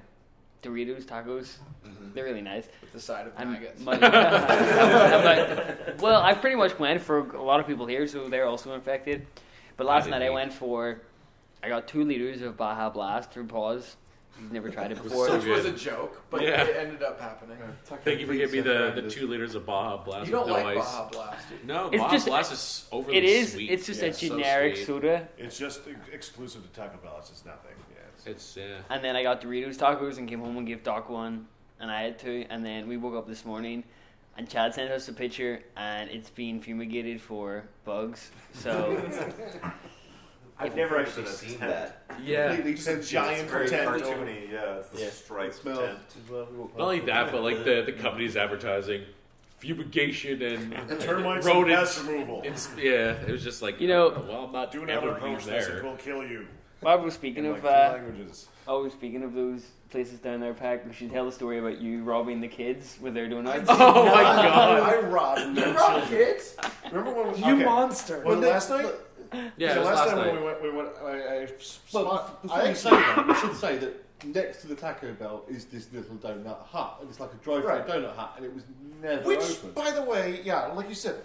Doritos tacos,
Mm-hmm.
they're really nice.
With the side of
I'm,
nuggets.
my- I'm like, well, I pretty much went for a lot of people here, so they're also infected. But last
did
night I
we?
went for, I got two liters of Baja Blast through Paws, He's never tried it
was
before.
so
Which was a
good.
joke, but
Yeah.
it ended up happening.
Thank you for giving me the, the
This-
two liters of Baja Blast
You don't
with no
like
ice.
Baja Blast. do you?
No,
It's
Baja
just-
Blast is overly
it is.
sweet.
It's just
Yeah,
a
so
generic
sweet.
soda.
It's just ex- exclusive to Taco Bell. It's just nothing. Yeah, it's-
It's yeah.
And then I got Doritos tacos and came home and gave Doc one, and I had two. And then we woke up this morning, and Chad sent us a picture, and it's been fumigated for bugs. So
I've never actually
I've
seen
seen
that.
that.
Yeah.
Completely just a giant
It's very
pretend.
cartoony. Yeah, it's the
Yeah.
striped
Smells.
tent.
Not only that, but like the, the company's advertising, fumigation and
Termites and
rodents.
pest removal.
It's yeah. It was just like oh,
You know-
well, I'm not
Do
doing
not
ever being
approach this; it
there.
will kill you.
Bob, we're speaking
In,
of
like, two
uh,
languages.
oh, we're speaking of those places down there, Pack. We should tell the story about you robbing the kids with their donuts.
Oh my god!
I robbed
You robbed kids?
Remember when we
You
okay.
monster.
Was it last night?
Yeah, it
so
was
last,
last
time
night.
when we went, we went. I, I
But
spot-
before you say that, we should say that next to the Taco Bell is this little donut hut, and it's like a drive-through
Right.
donut hut, and it was never
Which,
open.
by the way, yeah, like you said,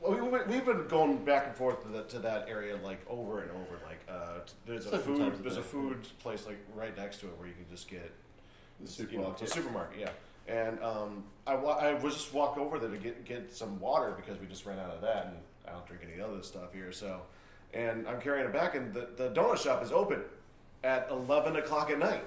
well, we, we, we've been going back and forth to, the, to that area like over and over. Like, uh, t- there's a
Several
food,
times a
there's a
day.
food place like right next to it where you can just get
the
you know, it's a
supermarket.
supermarket, yeah. And um, I, wa- I was just walk over there to get get some water because we just ran out of that, and I don't drink any other stuff here. So, and I'm carrying it back, and the, the donut shop is open at 11 o'clock at night.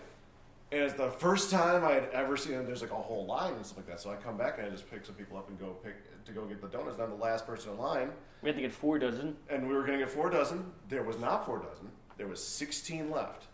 And it's the first time I had ever seen. And there's like a whole line and stuff like that. So I come back and I just pick some people up and go pick to go get the donuts. And I'm the last person in line,
We had to get four dozen.
and we were going to get four dozen. There was not four dozen. There was 16 left,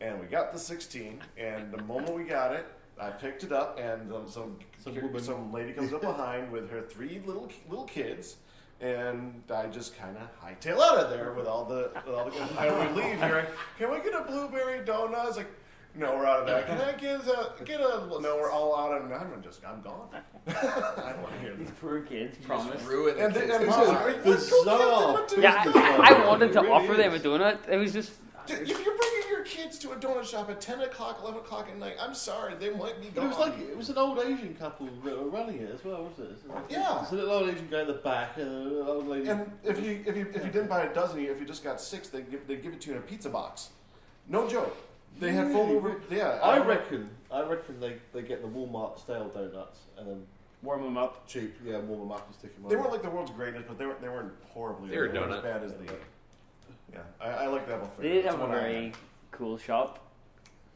and we got the 16. And the moment we got it, I picked it up, and um, some
Some
here-
woman.
some lady comes up behind with her three little little kids. And I just kind of hightail out of there with all the. With all the I would leave here. Can we get a blueberry donut? I was like, no, we're out of that. Can I get a get a? No, we're all out of. I'm just. I'm gone. I don't want to hear this.
These poor kids. Promise.
Ruined the
And,
kids.
then and
It's
Mom,
a
I- what- go give them
bizarre
a donut.
Yeah, I, I wanted to offer them a donut. It was just
Dude, if you're bringing your kids to a donut shop at 10 o'clock, 11 o'clock at night, I'm sorry, they might be
But
gone.
it was like it was an old Asian couple that were running it as well, wasn't it? It's like-
Yeah.
it's a little old Asian guy at the back and a little old lady.
and if you if you if you didn't buy a dozen, if you just got six, they give they give it to you in a pizza box. No joke. They had fold over. Yeah,
I reckon, I reckon they, they get the Walmart stale donuts and then
warm them up.
cheap, yeah, warm them up and stick them on.
They weren't like the world's greatest, but they weren't they weren't horribly.
They were
weren't
donut.
as bad as the. Yeah, I, I like that one. for
They
you.
did
That's
have a
what I-
very cool shop.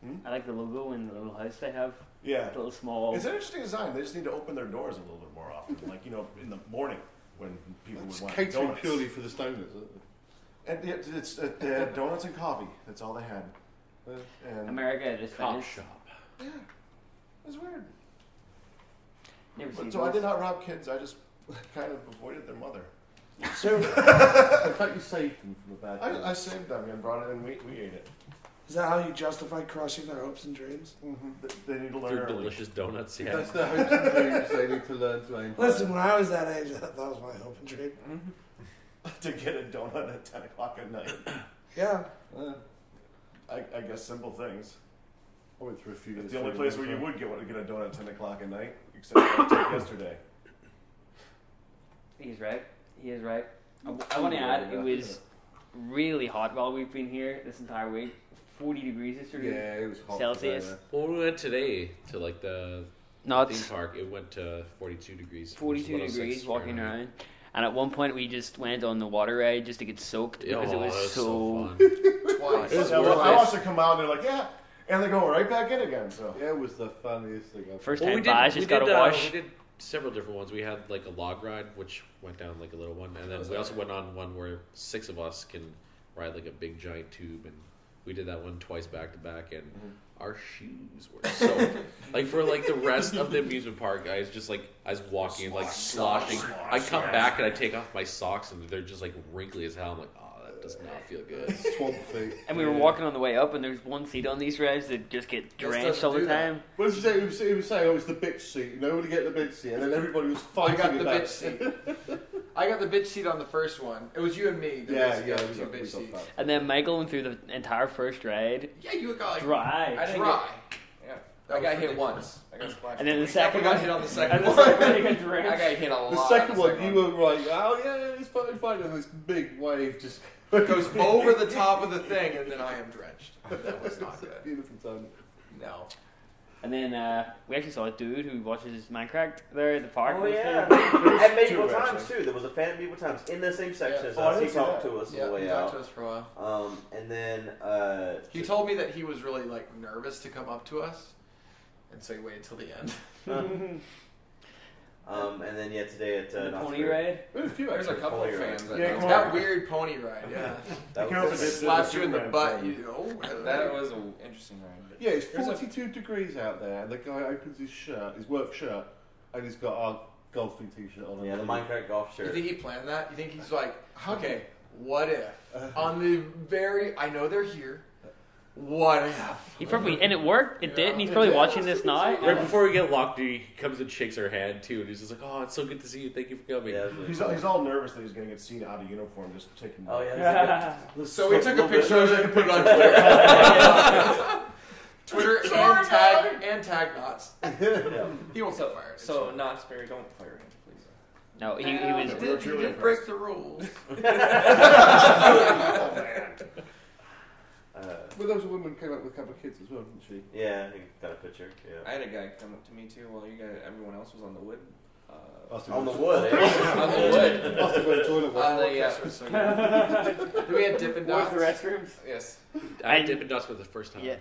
Hmm?
I like the logo and the little house they have.
Yeah,
The little small.
it's an interesting design. They just need to open their doors a little bit more often, like you know, in the morning when people
It's
would want
catering
donuts.
purely for the stoners, isn't it?
And it, it's uh, they had donuts and coffee. That's all they had. And
America at its
Cop
finest.
shop.
it was weird.
Never seen
But, so I
those.
did not rob kids. I just kind of avoided their mother.
So
In fact, you saved them from a bad.
I, I
death.
saved them and brought it, and we, we ate it.
is that how you justify crushing their hopes and dreams?
Mm-hmm. Th- They need to learn.
They're
early.
delicious donuts. Yeah.
That's their hopes and dreams they need to learn to aim. for.
Listen, when I was that age, that, that was my hope and dream.
Mm-hmm. to get a donut at ten o'clock at night.
Yeah.
Uh,
I, I guess simple things.
I went through a few.
It's
years
the only
ago,
place where
so-
you would get one- get a donut at ten o'clock at night, except I took yesterday.
He's right. He is right. I, want to add, it was really hot while we've been here this entire week. 40 degrees yesterday.
Yeah, it was hot.
Celsius.
today,
Well, when we went today to like the
Not
theme park, it went to 42 degrees. which is
42
what I was, like,
degrees
scared
walking
of.
around. And at one point, we just went on the water ride just to get soaked
Yeah,
because
oh,
it was,
that was
so.
so fun.
Twice.
It was
Yeah, well,
worth
I
it.
watched it come out, and they're like, yeah, and they go right back in again. So
yeah. Yeah, it was the funniest thing I've
First
Well,
time Bash just got a
uh,
wash.
we did several different ones. We had like a log ride, which went down like a little one, and then we also went on one where six of us can ride like a big giant tube, and we did that one twice back to back, and our shoes were soaked. like for like the rest of the amusement park, I was just like I was walking, like sloshing. I come back and I take off my socks, and they're just like wrinkly as hell. I'm like, oh, that does not feel good.
Swamp Thing.
And we were walking on the way up, and there's one seat on these rides that just get drenched
doesn't
all the
do that.
time.
What did you say? He was, he was saying, "Oh, it's the bitch seat. Nobody get the bitch seat," and then everybody was
I
fighting
got the
about
bitch seat. I got the bitch seat on the first one. It was you and me. that
Yeah,
was-
yeah,
two
we got, we
bitch
got
seats.
that.
And then Michael went through the entire first ride
Yeah, you got like,
dry.
I dry. Yeah, I got hit once.
I got splashed.
And then the
Except we
second
got
one
hit on the
And
second
the
one.
second one, he got
I
drenched.
got hit a lot.
The
on
second one,
one.
you were right. Oh yeah, yeah, it's fine, fine. And this big wave just
goes over the top of the thing, and then I am drenched. That was not good.
Beautiful time.
No.
And then uh, we actually saw a dude who watches Minecraft there at the park.
Oh
and
yeah,
stuff.
at Medieval
two,
Times too. There was a fan at Medieval Times in the same section
Yeah.
as
Oh, I
us. He
didn't see
talked
that.
to us on the
Yeah, he
way
talked to
out.
us for a while.
Um, and then uh,
He told me that he was really like nervous to come up to us, and so he waited till the end.
um, and then yeah, today at uh,
the
Knott's
pony
Berry.
ride.
There's a few
There's a
actually.
couple of
Pony ride.
fans that
Yeah,
know
come
that.
That weird pony ride, yeah.
That
Count
was
the
it.
distance.
Slaps you in the
Superman
butt.
thing.
You oh,
That was an interesting ride.
Yeah, it's
There's a-
42 degrees out there, and the guy opens his shirt, his work shirt, and he's got our golfing t-shirt on.
Yeah, the Minecraft golf
You
shirt.
think he planned that? You think he's like, okay, what
Uh-huh.
if on the very? I know they're here. What if?
He probably and it worked. It
Yeah.
did. And he's probably
Yeah.
watching this now.
Right before we get locked, he comes and shakes our hand too, and he's just like, "Oh, it's so good to see you. Thank you for coming."
Yeah, it was really
He's,
cool.
he's all nervous that he's going to get seen out of uniform just taking.
Oh yeah.
So we took a picture of it and put it on Twitter. Twitter and tag and tag knots. He won't set fire.
So, Knott's Berry, don't fire him, please.
No, Oh, he, he was.
we were
did, he
truly
did break the rules.
Uh,
Well, there was a woman who came up with a couple of kids as well, didn't she?
yeah, he got a picture. Yeah.
I had a guy come up to me too while you guys, everyone else was on the wood. Uh,
On the wood. eh?
on the wood.
Must have got a toilet
Uh,
one.
yeah. Do we had Dippin' Dots?
restrooms?
Yes.
I had
And-
Dippin' Dots for the first time.
Yeah.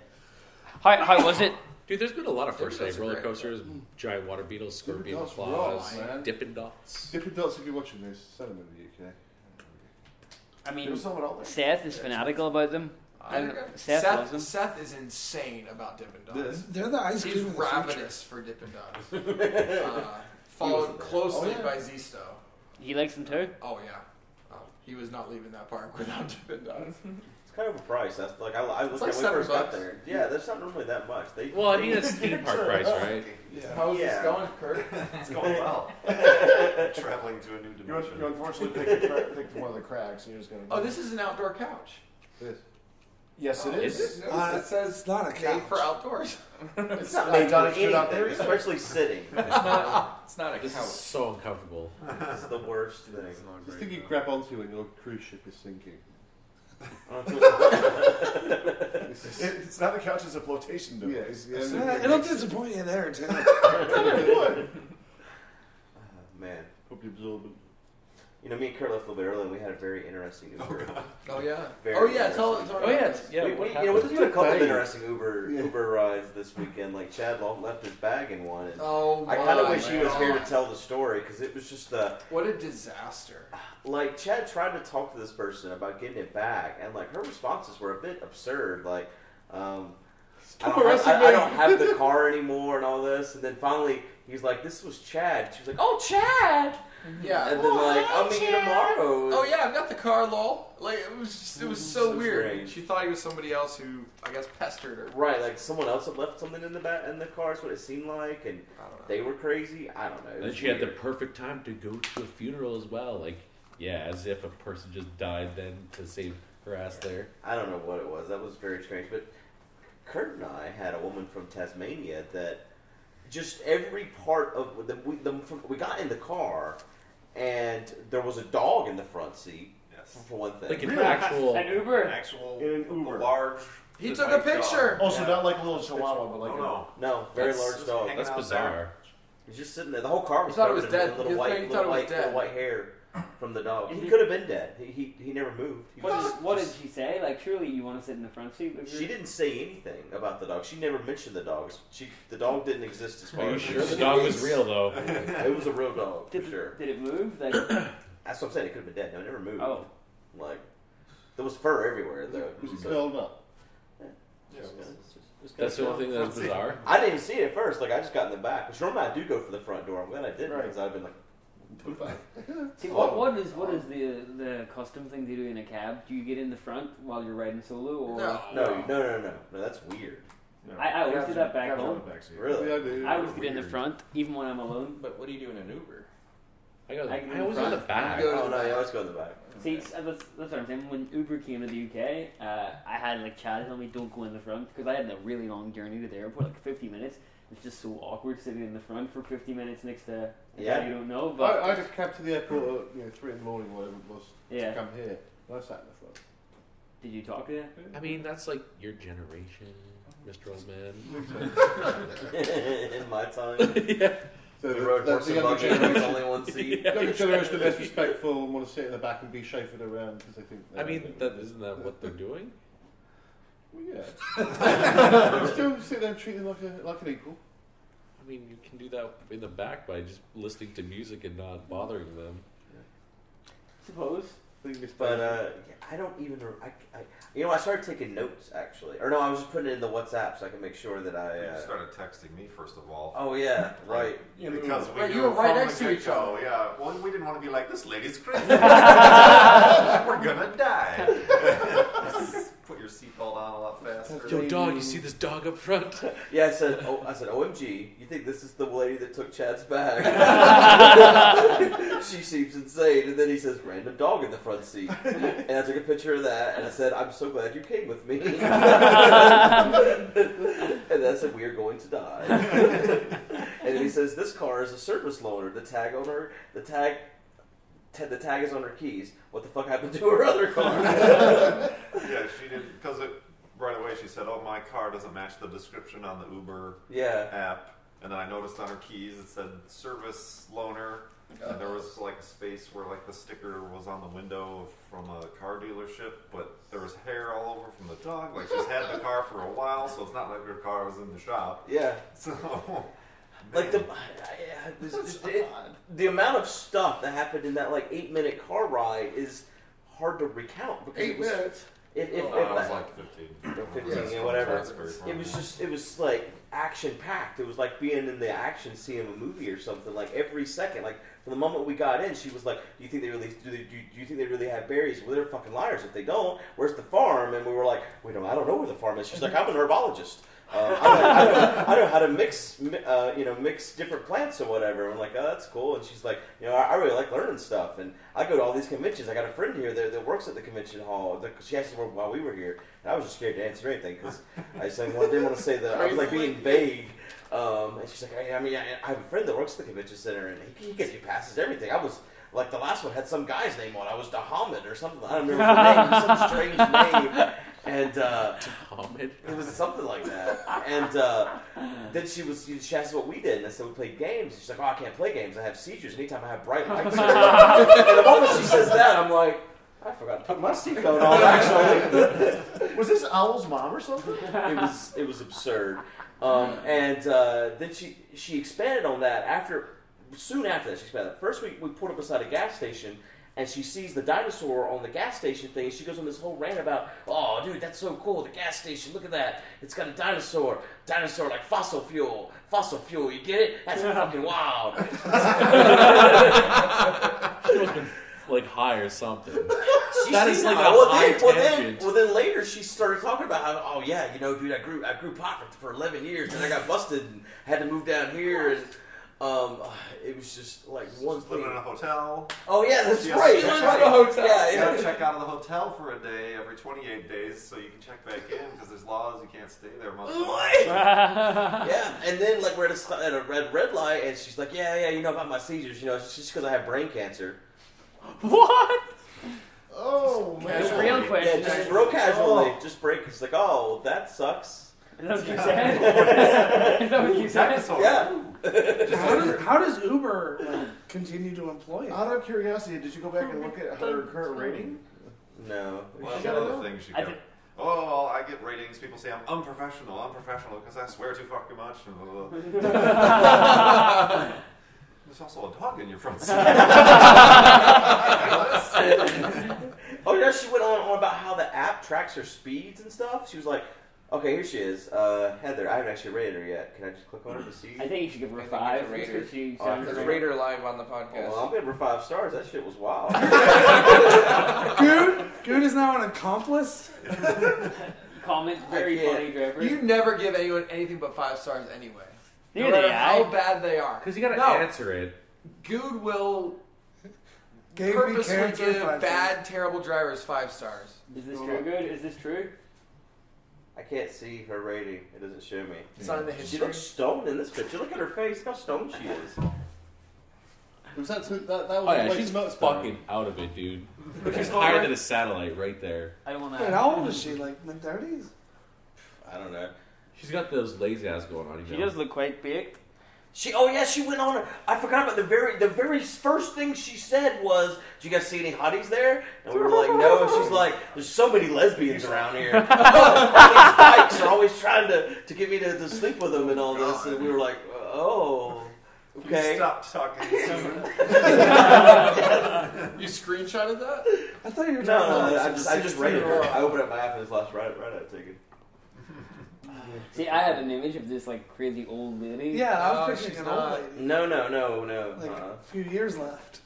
How, how was it?
Dude, there's been a lot of
Dippin'
first day
Dots are
roller
great.
coasters, giant water beetles,
Dippin'
scorpion
Dots
claws,
rocks, man.
Dippin' Dots.
Dippin' Dots, if you're watching this, sell them in the UK.
I
There
mean,
was someone out there.
Seth is fanatical about them. And Seth, loves
Seth,
them.
Seth is insane about Dippin' Dots.
This.
They're the ice
He's
cream of the future.
ravenous for Dippin' Dots. Uh, followed closely
Oh, yeah.
by Zisto.
He likes them too.
Oh yeah, um, he was not leaving that park without Dippin' Dots.
It's kind of a price. That's like I, I looked
like
at when we
seven
first got
bucks.
there. Yeah, there's not normally that much. They
Well, I
they-
mean, it's theme park price, right?
Yeah.
How is
Yeah.
this going, Kurt?
It's going well. Traveling to a new
You, un-
dimension.
you unfortunately picked, the cra- picked one of the cracks, and you're just going.
Oh, this is an outdoor couch. Oh,
This.
Yes, it is.
Is
Uh,
it says
It's not a
made
couch.
for outdoors.
it's not
They
made
done
for
it good out
anything,
there, yeah.
especially sitting.
It's not a
This is
couch.
so uncomfortable.
It's the worst thing.
This thing you grab onto when your cruise ship is sinking. This is-
It- it's not a couch; it's a flotation device.
Yeah, it's- it's-
Uh, it'll disappoint you there too.
Oh, man,
Probably absorbent.
you know, me and Kurt left a little bit early, and we had a very interesting Uber.
Oh yeah.
Very
oh yeah. Tell us.
interesting.
about
Oh yeah,
this.
it's, yeah.
we,
what
we, you know,
happened?
there's been a couple of
Bang.
interesting Uber
Yeah.
Uber rides this weekend. Like Chad Long left his bag in one. And
Oh
I kind of
my
wish he was
God.
here to tell the story because it was just uh,
What a disaster.
like Chad tried to talk to this person about getting it back, and like her responses were a bit absurd. Like, um, I, don't have, I- I don't have the car anymore, and all this. And then finally, he's like, "This was Chad." She was like, "Oh, Chad,"
Mm-hmm.
Yeah.
and then like, "I'll meet you tomorrow."
Oh yeah, I've got the car, lol. Like it was, just, it was so,
So
weird.
strange.
She thought he was somebody else who I guess pestered her.
Right, like someone else had left something in the back in the car. Is what it seemed like, and
I don't know.
they were crazy. I don't know. It
Then
was
she had the
weird.
perfect time to go to a funeral as well. Like, yeah, as if a person just died then to save her ass there.
I don't know what it was. That was very strange. But Kurt and I had a woman from Tasmania that just every part of the we, the, from, we got in the car and there was a dog in the front seat
Yes.
for one thing.
Like an actual.
An
An
Uber.
actual,
In an Uber.
large.
He
just
took a
like dog.
picture.
Also, not like a little chihuahua, but
No,
like
no.
no, very
That's-
large dog.
hanging
That's
out
bizarre.
He's just sitting there. The whole car was
thought it
covered
was
in
dead.
little
You
white,
thought- you
little,
thought it was
white little
dead.
white hair from the dog. He
Mhm.
could have been dead. He, he he never moved. He
What,
was
is,
just-
what did she say? Like, surely you want to sit in the front seat with her?
she didn't say anything about the dog. She never mentioned the dog. She the dog didn't exist as far
Are you
as
sure the dog was real though?
it was a real dog for
Did,
sure.
did it move? Like,
That's what I'm saying. It could have been dead. No, it never moved.
oh,
Like, there was fur everywhere, though.
Was it
So-
curled up?
Yeah, it was- it was- it was kinda
That's the
cool.
only thing that was bizarre.
I didn't even see it at first. Like, I just got in the back. Which normally I do go for the front door. I'm glad I didn't
Right.
because I'd have been like,
see,
Oh.
what, what is what is the the custom thing to do in a cab? Do you get in the front while you're riding solo, or
No.
no, no, no, no, no. That's weird.
No.
I- I always
Grabs
did
her-
that back
grabs her
home.
on the back seat.
Really?
Yeah, I do.
I always get in the front even when I'm alone.
But what do you do in an Uber?
I go.
I can
I always go in the back.
Go to
Oh,
the
no, you
back.
always go in the back.
See, s- uh, that's, that's what I'm saying. When Uber came to the UK, uh, I had like Chad tell me don't go in the front because I had a really long journey to the airport, like 50 minutes, It's just so awkward sitting in the front for 50 minutes next to a
Yeah.
guy you don't know. But
I, I had a cab to the airport at you know, three in the morning, whatever it was,
Yeah.
to come here, and I sat in the front.
did you talk to him?
I mean, that's like your generation, Mr. Old Man.
in my time,
yeah.
So
we
the-
rode
the-
horse
the
and
younger
buggy. There was
generation,
only one seat.
younger generation are less respectful and want to sit in the back and be chauffeured around because they think.
I
they're-
mean,
they're-
that isn't that what they're doing?
Well, yeah. They still sit there and treat them like, a, like an equal.
I mean, you can do that in the back by just listening to music and not bothering them.
Suppose.
They respect
But
them.
uh, yeah, I don't even. rem- I, I, you know, I started taking notes actually, or no, I was just putting it in the WhatsApp so I can make sure that I.
You
Uh,
started texting me first of all.
oh yeah, right.
Because we
Right,
knew
you were right
from the
next to each
get-go,
other.
Yeah. Well, we didn't want to be like this lady's crazy. We're gonna die. Put your seatbelt on a lot faster.
Yo, dog, you see this dog up front?
Yeah, I said. Oh, I said, OMG, you think this is the lady that took Chad's bag? she seems insane. And then he says, random dog in the front seat, and I took a picture of that, and I said, I'm so glad you came with me. and I said, we are going to die. and then he says, this car is a service loaner. The tag on her, the tag. t- the tag is on her keys. What the fuck happened to her other car?
yeah, she did because it right away. She said, "Oh, my car doesn't match the description on the Uber
yeah.
app." And then I noticed on her keys it said service loaner. And there was like a space where like the sticker was on the window from a car dealership, but there was hair all over from the dog. Like she's had the car for a while, so it's not like her car was in the shop.
Yeah.
So
Like the I, I, I- this, this- it- the amount of stuff that happened in that like eight minute car ride is hard to recount because it
Eight
was,
minutes.
If, if,
Well,
if
I Oh, was
that-
like 15.
or 15
That's
or
from
whatever.
Salisbury
it was
Farm.
just it was like action packed. It was like being in the action scene of a movie or something. Like every second, like from the moment we got in, she was like, "Do you think they really do? They, do, you- do you think they really have berries? Well, they're fucking liars if they don't. Where's the farm?" And we were like, "We don't. I don't know where the farm is." She's like, "I'm an herbologist." Uh, I, know, I, know, I know how to mix, mi- uh, you know, mix different plants or whatever. And I'm like, oh, that's cool. And she's like, you know, I, I really like learning stuff, and I go to all these conventions. I got a friend here that, that works at the convention hall. The, she asked me while we were here, and I was just scared to answer anything because I just like, well, didn't want to say that. I was like being vague. Um, and she's like, I, I mean, I, I have a friend that works at the convention center, and he, he gets me passes everything. I was like, the last one had some guy's name on. it. I was Dahamed or something. I don't remember the name. It was Some strange name. And uh,
Ahmed.
it was something like that. And uh, then she was she asked what we did, and I said we played games. She's like, "Oh, I can't play games. I have seizures. Anytime I have bright lights." and the moment she says that, I'm like, "I forgot to put my seatbelt on." Actually,
Was this Owl's mom or something?
it was it was absurd. Um, and uh, then she she expanded on that after soon after that she expanded. First we we pulled up beside a gas station. And she sees the dinosaur on the gas station thing. She goes on this whole rant about, "Oh, dude, that's so cool! The gas station. Look at that. It's got a dinosaur. Dinosaur like fossil fuel. Fossil fuel. You get it? That's fucking wild."
uh,
She must have been like high or something.
She
That
sees
is like
how-
a
well,
high
then, well, then,
tangent.
well, then later she started talking about how, oh yeah, you know, dude, I grew I grew pot for, for eleven years, and I got busted and had to move down here, and um, it was just like one
living in a
thing.
hotel.
Oh yeah, that's
Yes,
right.
she
That's
lives
right.
in a
hotel. Yeah,
You
yeah.
gotta check out of the hotel for a day every 28 days so you can check back in because there's laws you can't stay there. Most of
What?
the
yeah, and then like we're at a, st- at a red red light, and she's like, "Yeah, yeah, you know about my seizures, you know, it's just because I have brain cancer."
What?
Oh
Just
man.
real
Yeah,
question.
just real
Oh.
casually, just break. It's like, "Oh, that sucks."
Is that what you said? Is that what you said?
Dinosaur.
Yeah,
How does, how does Uber like, continue to employ it?
Out of curiosity, did you go back and look at her current rating?
no.
Well,
You
one
gotta
of
know.
the things you
I
get.
did-
Oh, well, I get ratings. People say I'm unprofessional, unprofessional because I swear too fucking much. And blah, blah, blah. There's also a dog in your front seat.
Oh yeah, she went on, on about how the app tracks her speeds and stuff. She was like, "Okay, here she is, uh, Heather. I haven't actually rated her yet. Can I just click on her to see?"
I think you should give her a
I think
five.
it's a rater.
because She
Oh, I
sounds
think
Let's
it's
great.
rate her live on the
Oh,
podcast.
well, I'm giving her five stars. That shit was wild.
Goon? Goon is now an accomplice?
Comment very
I can't.
funny, Trevor.
You never give anyone anything but five stars anyway.
Neither
no
did
matter how
I.
bad they are.
Because you gotta
No.
answer it.
Good will
Gave me
purposely
cancer.
give
five
bad, terrible drivers five stars.
Is this true? Good? Is this true?
I can't see her rating. It doesn't show me.
It's not in the
She
history.
looks stoned in this picture. Look at her face. Look how stoned she is.
Was that, that, that was
Oh yeah,
Blake
she's
Smelt's
fucking out of it, dude. She's
all
higher
right.
than a satellite right there.
I don't want
Wait, how old is she? Like mid thirties?
I don't know.
She's got those lazy ass going on. You
She
know?
does look quite baked.
She oh yeah, she went on. a- I forgot about the very the very first thing she said was, "Do you guys see any hotties there?" And we were like, "No." And she's like, "There's so many lesbians around here. all these dykes are always trying to to get me to, to sleep with them and all this." And we were like, "Oh, okay."
Stop talking.
You screenshotted that?
I thought you were
No,
talking
no,
about like,
no, I
some
just I just rated
16-year-old.
her. I opened up my app and it's last right right at taken.
See, I had an image of this like crazy old lady.
Yeah, I
No,
was picturing
she's
an
not.
old lady.
No, no, no, no,
Like
uh,
a few years left.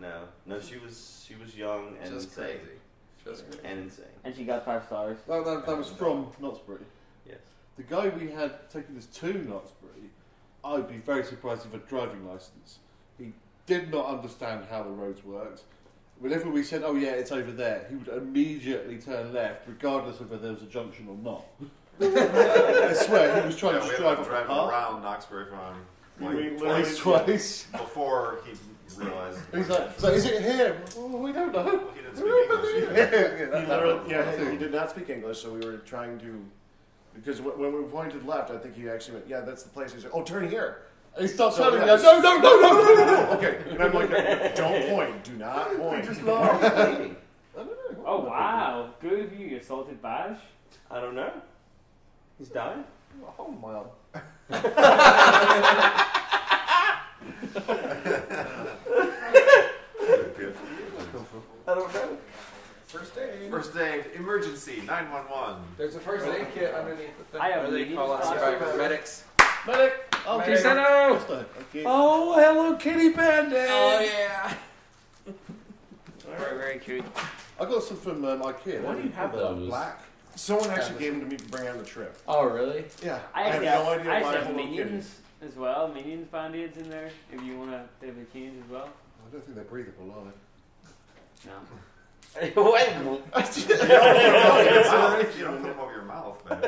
no, no. She was she was young and
Just
insane
crazy. Just crazy.
and insane.
and she got five stars.
That, that, that was from Knoxbury.
Yes.
The guy we had taking us to Knoxbury, I'd be very surprised if a driving license. He did not understand how the roads worked. Whenever we said, "Oh yeah, it's over there," he would immediately turn left, regardless of whether there was a junction or not. I swear, he was trying
yeah,
to
we have
just drive
been
up the
driving
park
around Knoxbury Farm
We
like twice,
twice, twice.
before he realized.
He's like, "So is it here?" "Oh, we don't know.
Well, he didn't speak English. either.
Yeah,
He literally, yeah, he did not speak English, so we were trying to. Because wh- when we pointed left, I think he actually went, "Yeah, that's the place." He's like, "Oh, turn here."
He stopped
So,
telling me,
yeah.
"No, no, no, no, no, no, no."
Okay, and I'm like, "Don't point. Do not
We
point."
just laughed. I don't know.
Oh wow, good of you, you assaulted Bash.
I don't know. He's dying.
Oh my!
I don't know.
First aid.
First aid, emergency, 911.
There's a first aid kit underneath the thing.
I have
Or they
medium
call us
size
survivor
eyes.
medics.
Medic. Oh,
Medic. Susanna!
Okay.
Oh, hello, Kitty Bandit.
Oh yeah.
Very, very cute.
I got some from um, IKEA.
Why do you have those?
Black.
Someone actually gave them to me to bring on the trip.
Oh really?
Yeah,
I actually
have no
have,
idea
I
why
actually
I
have
hold kitties.
minions as well. Minions band-aids in there if you want a bit of a change as well.
I don't think they're breathable, are they?
No.
Wait,
Mouth, you don't put them over your mouth, man.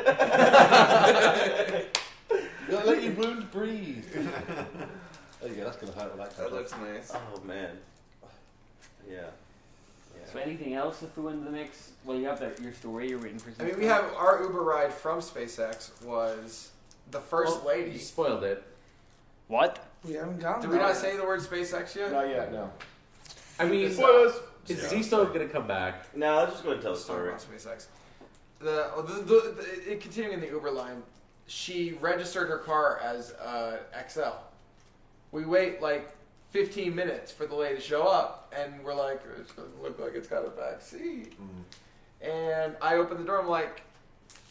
You gotta let your wound breathe. there you go. That's gonna hurt. Like
That looks nice.
Oh man. Yeah.
So anything else to throw into the mix? Well, you have that your story you're waiting for.
I
Something.
mean, we have our Uber ride from SpaceX was the first
Well, You
lady.
spoiled it.
what?
We haven't gotten.
Did we
there
not
yet.
say the word SpaceX yet?
Not yet, no.
I mean,
Spoilers.
is Zisto gonna come back?
No, let's just go and tell the
Let's talk
story.
about SpaceX. The, oh, the, the, the it, continuing the Uber line, she registered her car as uh, XL. We wait like 15 minutes for the lady to show up, and we're like, it doesn't look like it's got a back
Mm.
seat. And I open the door. I'm like,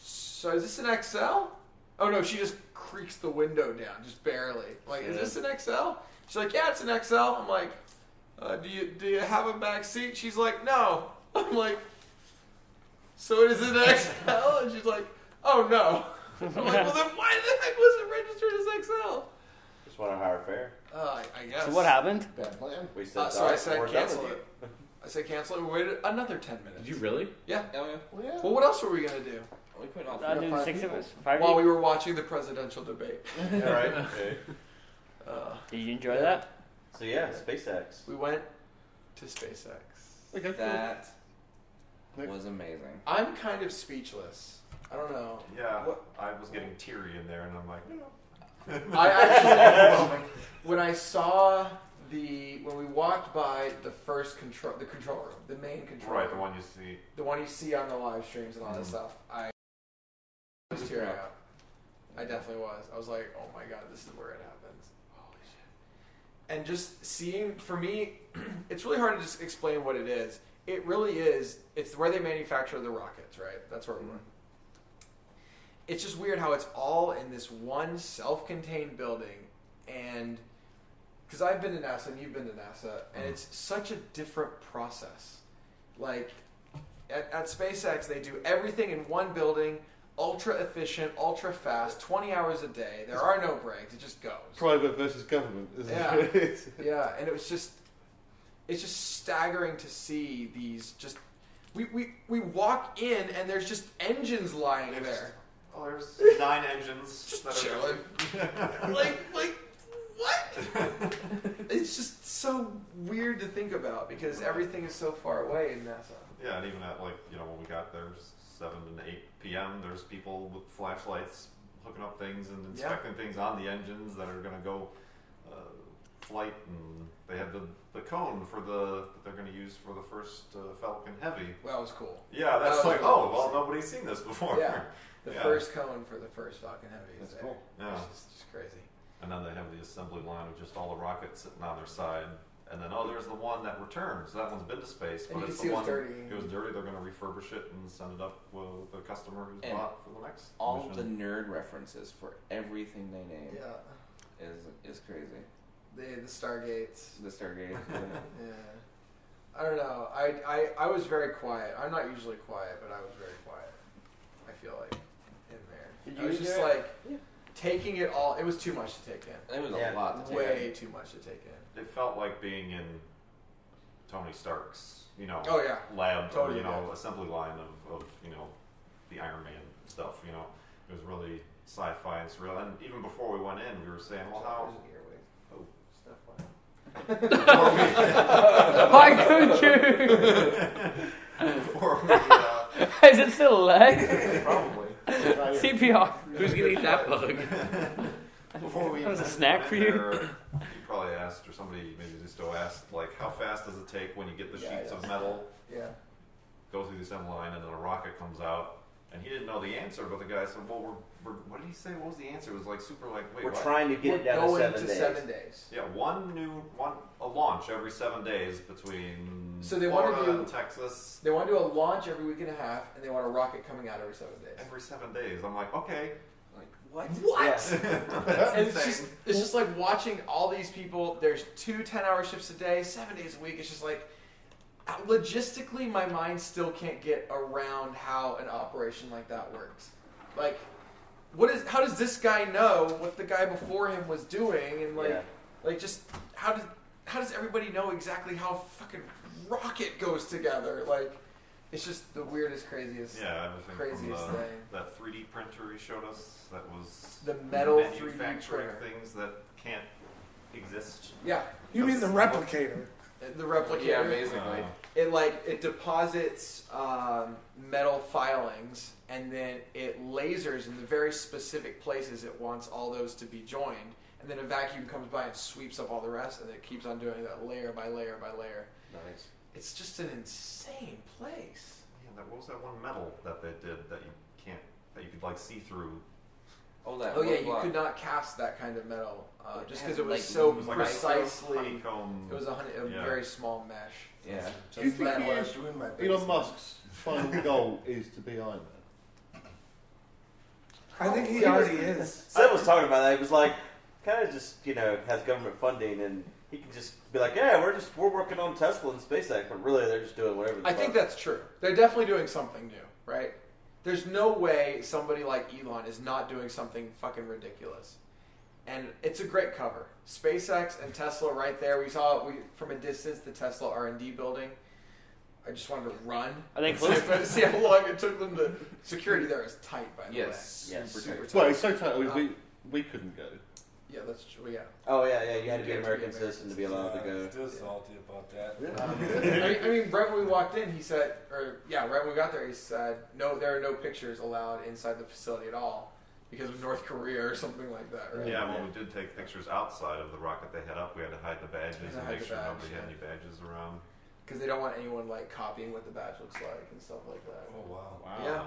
so is this an XL? Oh no, she just creaks the window down, just barely. I'm like, is this an XL? She's like, yeah, it's an XL. I'm like, uh, do you do you have a back seat? She's like, no. I'm like, so it is an XL, and she's like, oh no. I'm like, well then why the heck was it registered as XL?
Just want a higher fare.
Uh, I- I guess.
So what happened?
Bad plan.
We said
Uh, so
"Alright,
I said
we're done
cancel
with
it. I said cancel it. We waited another ten minutes.
Did you really?
Oh, yeah.
Well, yeah.
well, what else were we gonna do
We put all
I did
five
six of
people.
us. Five.
while
people?
we were watching the presidential debate?
you." All right. Okay.
Uh,
Did you enjoy that?
So yeah, SpaceX.
we went to SpaceX.
Okay.
That
Nick?
was amazing.
I'm kind of speechless. I don't know.
Yeah,
What-
I was getting teary in there, and I'm like,
I actually, when I saw the when we walked by the first control the control room, the main control
right, the
room,
one you see. Mm.
the one you see on the live streams and all that stuff, I was tearing up. I definitely was. I was like, oh my god, this is where it happens. Holy shit! And just seeing for me, it's really hard to just explain what it is. It really is. It's where they manufacture the rockets, right? That's where we were. It's just weird how it's all in this one self-contained building, and because I've been to NASA and you've been to NASA, and it's such a different process. Like at, at SpaceX, they do everything in one building, ultra efficient, ultra fast, 20 hours a day. There are no breaks. It just goes.
Private versus government. Isn't
Yeah.
It?
Yeah, and it was just, it's just staggering to see these just We, we, we walk in and there's just engines lying there.
Oh, there's nine engines that are
chilling. like, like, what? it's just so weird to think about because everything is so far away in NASA.
Yeah, and even at like you know when we got there, s- seven and eight p.m. There's people with flashlights hooking up things and inspecting things on the engines that are going to go uh, flight, and they have the the cone for the that they're going to use for the first uh, Falcon Heavy.
Well, that was cool.
Yeah,
That
that's
was
like
cool.
oh well, nobody's seen this before.
Yeah, the
Yeah.
first cone for the first Falcon Heavy. is
That's
there.
cool.
Yeah.
It's just, just crazy.
And then they have the assembly line of just all the rockets sitting on their side. And then, oh, there's the one that returns. That one's been to space,
And
but
you can
it's
see
the
it
one.
was dirty.
It was dirty. They're going to refurbish it and send it up with the customer who's
And
bought for the next.
All the
mission.
nerd references for everything they name
Yeah,
is is crazy.
the the Stargates.
The Stargate.
Yeah, I don't know. I, I I was very quiet. I'm not usually quiet, but I was very quiet. I feel like in there.
Did
I
you
was
do
just
it?
like taking it all. It was too much to take in.
It was a
Yeah,
lot to take.
Way
in.
too much to take in.
It felt like being in Tony Stark's, you know,
Oh, yeah.
lab,
Totally,
or, you know,
yeah.
assembly line of, of, you know, the Iron Man stuff. You know, it was really sci-fi and surreal. And even before we went in, we were saying, well, how Oh.
Stuff like-
Why could you?
before we uh,
Is it still alive?
probably
CPR.
Who's gonna eat that bug?
before we
That was a
even
snack
went
for
in
you.
there, you probably asked, or somebody maybe Zisto asked, like, how fast does it take when you get the
Yeah,
sheets
yeah.
of metal?
Yeah.
go through the assembly line and then a rocket comes out and he didn't know the answer but the guy said well we're, we're what did he say what was the answer it was like super like wait
We're
what?
trying to get
We're
it down to
going
seven
to
days.
seven days.
yeah one new one a launch every seven days between
So they wanted
Florida
to-
and texas
They want to do a launch every week and a half, and they want a rocket coming out every seven days.
every seven days i'm like okay
Like what?
Yes.
that's
And it's
insane
just it's just like watching all these people. There's two 10 hour shifts a day, seven days a week. It's just like uh, logistically, my mind still can't get around how an operation like that works. Like, what is how does this guy know what the guy before him was doing? And like,
Yeah.
like just how does how does everybody know exactly how fucking rocket goes together? Like, it's just the weirdest, craziest.
yeah everything
Craziest
from the,
thing.
that 3d printer he showed us that was
The metal 3D
manufacturing
printer.
things that can't exist
Yeah,
You mean the replicator?
Uh, the replicator.
Yeah, basically.
Uh,
it like it deposits um, metal filings and then it lasers in the very specific places it wants all those to be joined and then a vacuum comes by and sweeps up all the rest and it keeps on doing that layer by layer by layer
nice
it's just an insane place
Yeah, that, what was that one metal that they did that you can't that you could like see through?
Oh, that.
oh yeah
one
you
block.
could not cast that kind of metal uh, just because
had,
it was
like,
so
It was like a
precisely
honeycomb.
it was a, honey, a
Yeah.
very small mesh
Yeah.
Do you
That's
think
not
he
what I
is-
do in my
Elon
basement.
Musk's final goal is to be Iron Man?
I think
Oh,
he already is.
Seth was talking about that. He was like, kind of just you know has government funding and he can just be like, yeah, we're just we're working on Tesla and SpaceX, but really they're just doing whatever. the
I think
fuck.
that's true. They're definitely doing something new, right? There's no way somebody like Elon is not doing something fucking ridiculous. And it's a great cover. SpaceX and Tesla right there. We saw we, from a distance the Tesla R&D building. I just wanted to run.
Are they
and see
close?
if- See how long it took them to security there is tight by the
Yes.
Yeah,
Super
super
tight.
tight.
Well, it's so tight. We,
Uh,
we, we couldn't go.
way. Yeah, that's true. Yeah.
Oh yeah, yeah. You had to be
You have to be
an American
American.
citizen to be allowed to go.
Still salty about that.
I, mean, I mean, right when we walked in, he said, or yeah, right when we got there, he said, no, there are no pictures allowed inside the facility at all because of North Korea or something like that, right?
yeah, well, we did take pictures outside of the rocket they had up. We had to hide the badges
Had to
and
hide
make
the
sure
badge,
nobody had
yeah.
any badges around.
Because they don't want anyone like copying what the badge looks like and stuff like that.
Oh wow.
Wow.
Yeah.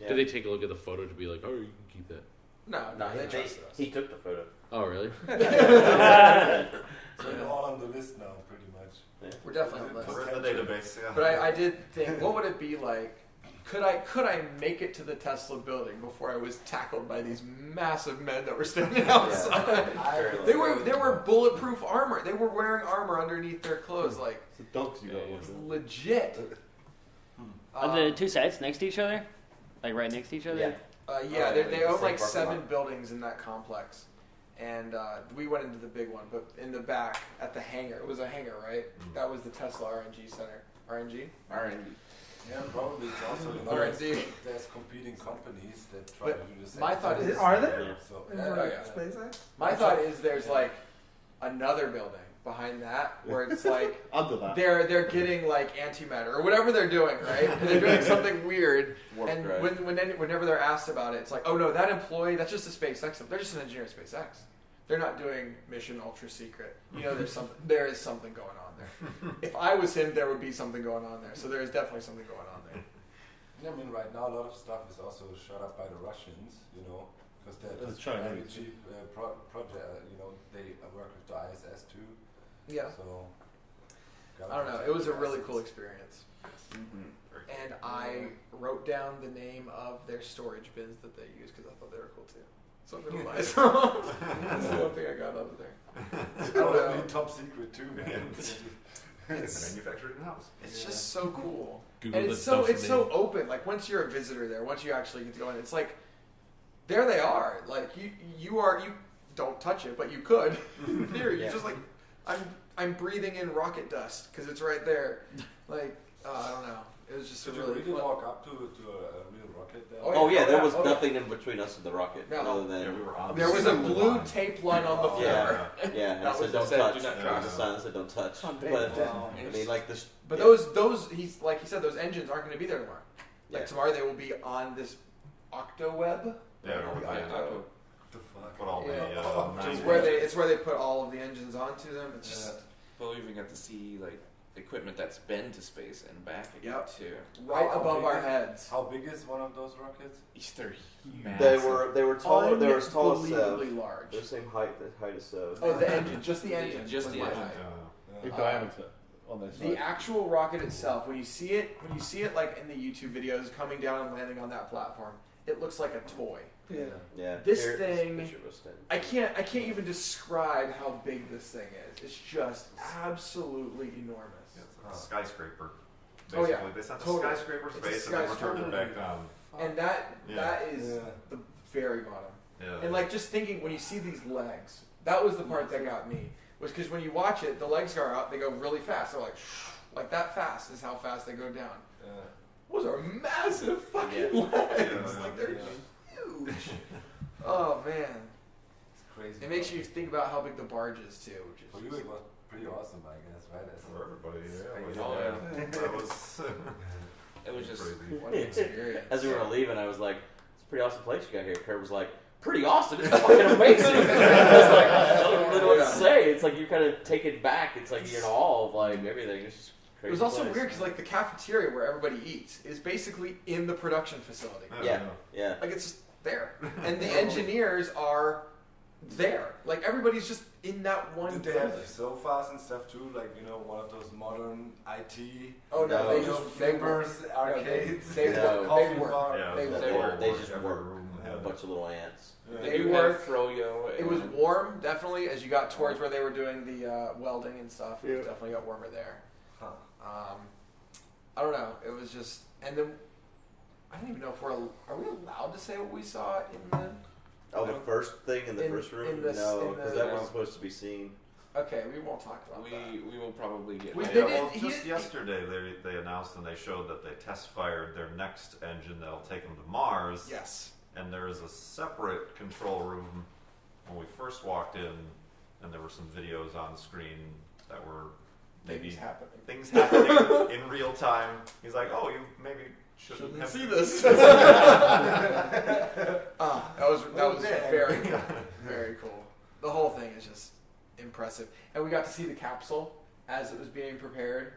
Yeah.
Did they take a look at the photo to be like, oh, you can keep that?
No,
No,
no,
he,
they
they,
trusted us.
he took the photo.
Oh, really?
So they're all on the list now, pretty much.
We're definitely on the
We're
list.
in the database, yeah.
But I, I did think, what would it be like? Could I could I make it to the Tesla building before I was tackled by these massive men that were standing outside?
Very
They
low.
were they were bulletproof armor. They were wearing armor underneath their clothes, like
Hmm. It's the dogs you got.
it was
to watch out.
legit.
Are the two sites next to each other? Like right next to each other?
Yeah.
Uh, yeah,
Oh,
they
yeah,
they
the
own
same
like
parking
seven
lot.
buildings in that complex, and uh, we went into the big one. But in the back
Mm.
at the hangar, it was a hangar, right? That was the Tesla RNG center. RNG.
All right.
Yeah, probably it's also in
R and
there's,
D.
there's competing companies that try
But
to do the same.
my thought
thing.
is,
Are there?
So,
In
yeah,
the
yeah.
SpaceX?
My thought is there's like another building behind that where it's like
Under that.
they're they're getting like antimatter or whatever they're doing, right? And they're doing something weird.
Warp
and
drive.
when, when any, whenever they're asked about it, it's like, oh no, that employee, that's just a SpaceX. They're just an engineer at SpaceX. They're not doing mission ultra secret. You know, there's something. There is something going on there. If I was him, there would be something going on there. So there is definitely something going on there.
I mean, right now a lot of stuff is also shut up by the Russians, you know, because they're
The
just
Chinese.
very cheap uh, pro- project. Uh, you know, they work with the ISS too.
Yeah.
So
I don't know. It was a really cool experience. And I wrote down the name of their storage bins that they use because I thought they were cool too. So I'm gonna buy some. That's the one thing I got out of there.
It's
I don't know.
probably top secret too, man.
It's,
Manufactured in house.
it's just so cool,
Google
and
the
it's so
dumpster
it's so open. Like once you're a visitor there, once you actually get to go in, it's like there they are. Like you you are you don't touch it, but you could. In theory,
Yeah.
you're just like I'm I'm breathing in rocket dust because it's right there. Like uh, I don't know. It was just
Did
a
you
really
really
fun-
walk up to, to a, a real rocket there?
Oh,
Oh yeah, there
yeah,
was
oh, yeah.
nothing in between us and the rocket
No.
other than
Yeah, we were on.
There
the
was a
same
blue
line.
tape line on the floor.
yeah, yeah. And
That
I
was
said don't
said,
touch.
"Do not
There
cross."
was a sign that said don't touch.
On
But um,
David.
I mean, like this.
But
yeah.
those those he's like he said those engines aren't going to be there tomorrow. Like
Yeah.
tomorrow they will be on this OctoWeb.
Yeah, over
Yeah.
there.
What the fuck?
But all
Yeah.
the uh,
It's
nine-
where they it's where they put all of the engines onto them. It's just
Well, we even got to see like equipment that's been to space and back again
Yep.
too.
right
Oh,
How
above
big
our
is-
heads.
How big is one of those rockets?
They're huge.
they were they were tall. They were as tall as Sev.
Unbelievably large.
They're the same height the height as Sev.
Oh, the engine, just the
Yeah,
engine,
just
was
the
my
engine.
height.
Oh.
Uh,
in diameter on this.
The actual rocket itself, when you see it, when you see it like in the YouTube videos coming down and landing on that platform, it looks like a toy.
Yeah.
Yeah.
This
Here, this
thing-
picture was standing.
I can't I can't even describe how big this thing is. It's just absolutely enormous.
Yeah, it's like a skyscraper.
Oh, yeah.
Basically, they sent the
Totally.
skyscraper
It's a
space and then returned it
skyscraper.
back down.
And that
Yeah.
that is
Yeah.
the very bottom.
Yeah.
And like just thinking when you see these legs, that was the part that got me. Was because when you watch it, the legs are out. They go really fast. They're like, like that fast is how fast they go down.
uh,
Those are massive fucking legs.
Yeah.
Like they're
Yeah.
huge. oh man,
It's crazy.
it makes you think about how big the barge is too.
For
Which
you,
is
it was pretty awesome, I guess, right? As
For everybody, yeah.
Space.
like,
Oh,
yeah. That was
It was just
crazy.
what an experience.
As we were leaving, I was like, "It's a pretty awesome place you got here." Kurt was like, "Pretty awesome! It's fucking amazing!" I was like, "I don't really know what to say." It's like you're kind of taken back. It's like you're in awe of like everything. It's just crazy.
It was also
place.
weird because like the cafeteria where everybody eats is basically in the production facility.
I don't
Yeah.
know.
Yeah.
Like it's just there, and the engineers are there. Like everybody's just in that one
Did they
building.
have sofas and stuff too? Like, you know, one of those modern IT,
Oh no,
No.
they
you know,
just they were
flippers, arcades,
they
No.
coffee
they work.
bar.
Yeah,
They
it was
were-
all
they
over
just
every
were-
room.
A bunch of little ants.
Yeah.
they do
They
have
were-
froyo.
It was
and-
warm, definitely. As you got towards where they were doing the uh, welding and stuff, it
Yeah.
definitely got warmer there.
Huh.
Um, I don't know. It was just, and then I don't even know if we're al- are we allowed to say what we saw in the.
Oh, the first thing in the
In-
first room?
in this-
no,
in
because
the-
that wasn't supposed to be seen.
Okay, we won't talk about
We
that.
we will probably get.
We
that.
did
Yeah,
it-
well,
he
just
did-
yesterday they, they announced and they showed that they test fired their next engine that'll take them to Mars.
Yes.
And there is a separate control room when we first walked in, and there were some videos on screen that were maybe
Things happening.
things happening in real time. He's like, oh, you maybe shouldn't, have
see this. Ah, that was that
Well,
was
there.
very cool. very cool. The whole thing is just impressive, and we got to see the capsule as it was being prepared,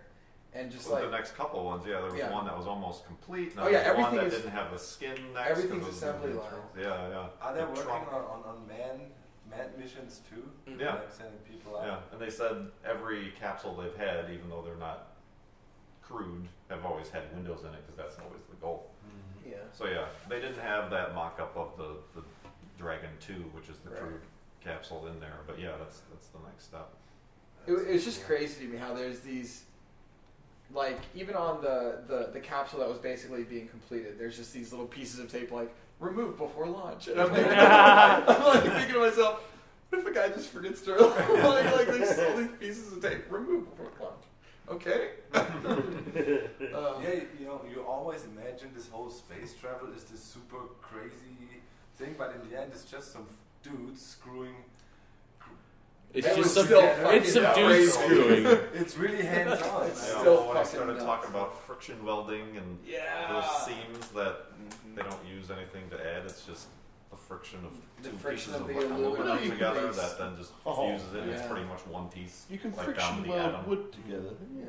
and just
Well,
like
the next couple ones, yeah, there was
Yeah.
one that was almost complete. And
Oh,
there
yeah,
was
everything
one that
is-
didn't have a skin next. 'cause
everything's
it was
assembly
moving
line.
through. Yeah, yeah.
Are
The
they working
trunk-
on, on, on man, manned missions too?
Mm-hmm.
Yeah.
Like sending people out?
Yeah, and they said every capsule they've had, even though they're not crude, have always had windows in it because that's always the goal.
Mm-hmm.
yeah.
So yeah, they didn't have that mock-up of the, the Dragon Two, which is the
Right.
crude capsule in there. But yeah, that's that's the next step.
It, wa- it was just crazy to me how there's these, like even on the, the the capsule that was basically being completed, there's just these little pieces of tape like remove before launch, and I'm like, I'm like thinking to myself, what if a guy just forgets to like, like there's all these pieces of tape remove before launch? Okay. Uh,
Yeah, you know, you always imagine this whole space travel is this super crazy thing, but in the end, it's just some dudes screwing.
It's
That
just
was
some-
still
it's
fucking
some
nuts.
dudes screwing.
it's really hands on.
You know, when I started talking about friction welding and those seams that
Mm-hmm.
they don't use anything to add, it's just the friction of
The
two
friction
pieces
of
of,
the
aluminum
aluminum
together
piece.
that then just
Oh,
fuses it and it's
yeah.
pretty much one piece.
You can
like down
friction
to the
weld
atom.
wood together. Yeah.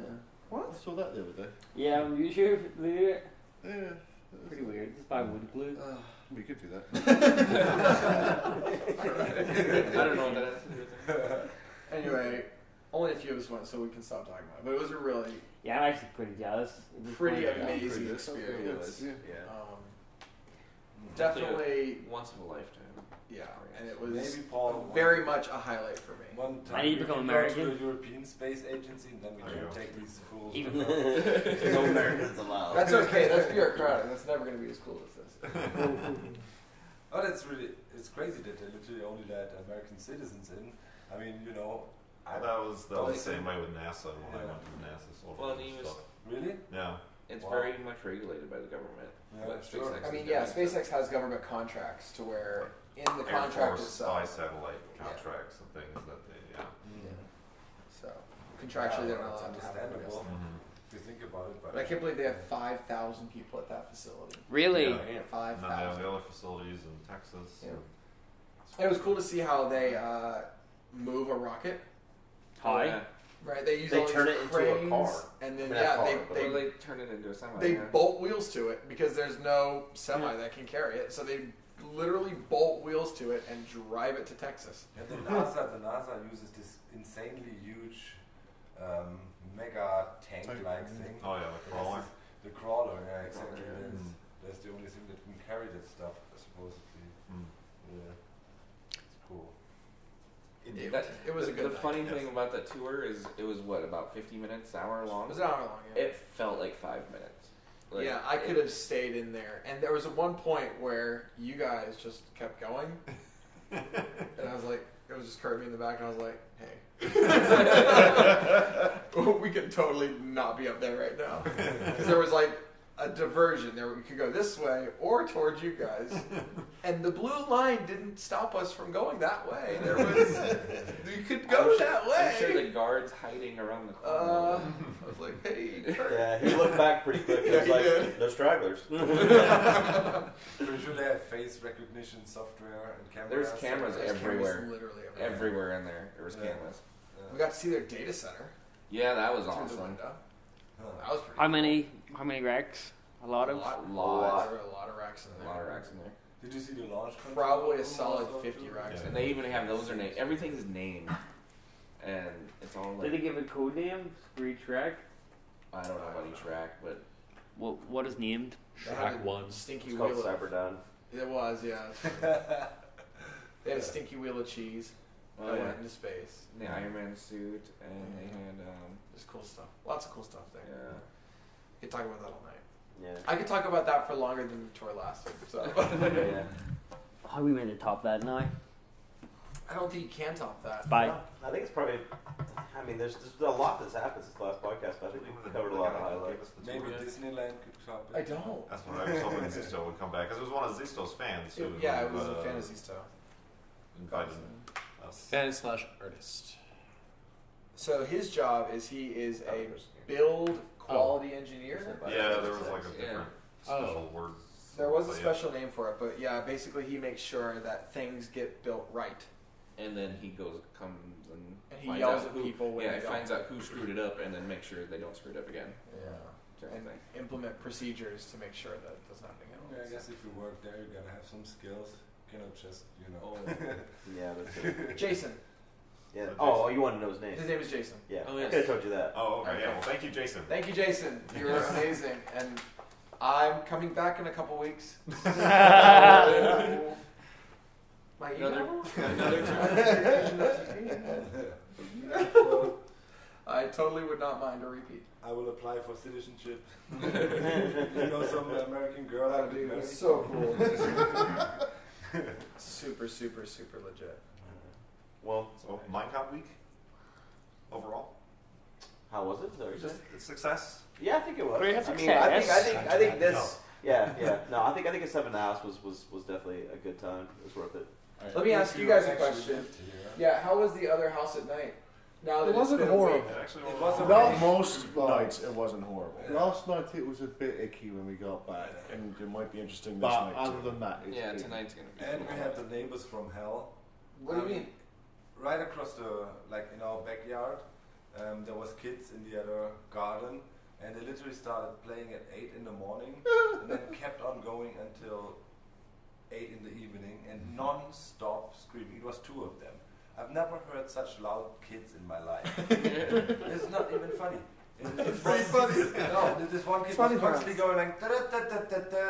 What? I saw that the other day.
Yeah, I'm you sure they do it?
Yeah.
Pretty weird. Just buy wood glue.
Uh, We could do that.
I
don't know what
that is.
Anyway, only a few of us went, so we can stop talking about it. But it was a really
Yeah, I'm actually pretty jealous. It was
pretty
fun.
amazing
good.
experience.
Yeah.
Yeah.
Um,
Hopefully
Mm-hmm.
definitely,
a once in a lifetime.
yeah. And it was
Maybe Paul
very much a highlight for me.
One time
I need to
we
become
can Go
American.
to the European Space Agency, and then we
There
can
you go.
take these fools.
Even
with us.
no Americans allowed.
That's okay. That's bureaucratic. That's never going to be as cool as this.
Oh, that's really, it's crazy that they literally only let American citizens in. I mean, you know, I
That was that was the
Totally.
same way with NASA when I
Yeah.
went to NASA. So
Well, and he was-
really?
yeah.
It's
Wow.
very much regulated by the government.
Yeah,
But
sure.
SpaceX
I
is
mean, yeah,
doing
SpaceX has government contracts to where in the
Air
contract
Force spy
itself,
satellite contracts and things that they yeah.
so contractually they're
Yeah,
not
it's
allowed to have it.
understandable
Mhm.
if you think about it. But
But I can't believe they have five thousand people at that facility.
Really?
Yeah.
Five
And then they have
thousand.
the other facilities in Texas.
Yeah.
and-
It was cool to see how they uh, move a rocket.
Hi.
Yeah.
Right, they use
They
all
turn
these
it into a
cranes,
car.
and then
I mean, a
yeah,
car,
they
but
They,
they,
or they turn it into a semi.
they
yeah.
bolt wheels to it because there's no semi that can carry it, so they literally bolt wheels to it and drive it to Texas.
And the NASA, the NASA uses this insanely huge, um, mega tank-like thing.
Oh yeah, the
This
crawler.
is The crawler, yeah, exactly.
yeah.
That's, that's the only thing that can carry that stuff, supposedly.
Mm.
Yeah, it's cool.
It,
That-
it was
the,
a good.
The
night.
funny thing about that tour is it was what about 50 minutes, hour long.
It was an hour long. Yeah.
It felt like five minutes. Like,
yeah, I
it-
could have stayed in there, and there was one point where you guys just kept going, and I was like, it was just Kirby in the back, and I was like, hey, we could totally not be up there right now because there was like a diversion there. We could go this way or towards you guys, and the blue line didn't stop us from going that way. There was you could go
I'm sure-
that
I'm sure
way.
the guards hiding around the corner.
uh, I was like, hey, Kirby.
Yeah, he looked back pretty quick. He
Yeah,
was
he
like,
did.
"They're stragglers."
Pretty sure they have face recognition software and cameras.
There's cameras
There's cameras
everywhere.
literally everywhere.
Everywhere in there, there was
Yeah.
cameras.
We got to see their data center.
Yeah, that was
through the
awesome.
window.
Huh.
That was pretty
How
cool.
many? How many racks? A lot of.
lot,
Lot.
There were a lot of racks in
A
there.
lot of racks in there,
Did you see the launch? control
Probably a
room
solid
also,
50
too?
racks.
Yeah.
in
and they even have those are named. Everything's named, and it's all
Did they
like
give a code name for each rack?
I don't know about each rack, but
What What is named?
They had
Track
a
one.
Stinky
It's
wheel.
called
Of,
Cyberdon.
it was, yeah. They had a stinky wheel of cheese that
oh, yeah.
went into space.
the Iron Man suit, and they had um,
There's cool stuff. Lots of cool stuff there.
yeah.
We could talk about that all night.
Yeah.
I could talk about that for longer than the tour lasted. So
yeah.
How we meant to top that now?
I don't think you can top that.
Bye.
I think it's probably. I mean, there's, there's a lot that's happened since the last podcast, but I think we covered a lot of highlights.
Maybe Disneyland could copy.
I don't.
That's what I was hoping Zisto would come back because it was one of Zisto's fans who
yeah, it was
uh,
a fantasy stuff.
invited us.
Fan slash artist.
So his job is he is a
Others.
Oh.
build quality engineer.
Yeah, there was like a different
Yeah. Oh.
special word.
There was a
But yeah.
special name for it, but yeah, basically he makes sure that things get built right.
And then he goes, comes and,
And he
finds
yells
out
at
who,
people when
yeah,
they
he
don't.
finds out who screwed it up, and then make sure they don't screw it up again.
Yeah.
sort of
And
thing.
implement procedures to make sure that it doesn't happen
Yeah, I
again.
guess if you work there, you gotta have some skills. You cannot just, you know.
Yeah, that's it.
Jason.
yeah. Oh, you want to know his name?
His name is Jason.
Yeah.
Oh,
I
yes.
could have told you that.
Oh, okay. Yeah. Well, thank you, Jason.
Thank you, Jason. You were amazing. And I'm coming back in a couple weeks. My email? I totally would not mind a repeat.
I will apply for citizenship. you know, some American girl I
Oh,
could
dude,
marry.
that's so cool. super, super, super legit.
Well, so Minecon week overall,
How was it? Sorry,
just success.
Yeah, I think it was.
Three has
I mean,
success.
I think I think I think this.
No.
Yeah, yeah. No, I think I think a seven and a half was was was definitely a good time. It was worth it.
Let me ask you guys a question. Yeah, how was the other house at night? Now that
It
it's
wasn't
been a week.
horrible. It
It
wasn't
wasn't
horrible.
most nights. It wasn't horrible.
Last night it was a bit icky when we got back.
And it might be interesting this
But
night.
other
too.
than that, it's
Yeah,
good.
tonight's gonna be.
And we had the neighbors from hell.
What do you mean?
Right across the, like in our backyard, um, there was kids in the other garden, and they literally started playing at eight in the morning, and then kept on going until eight in the evening, and non-stop screaming. It was two of them. I've never heard such loud kids in my life. it's not even funny. It- it
It's pretty
was-
funny.
No, this- this one kid
Funny
was constantly going like da da da da da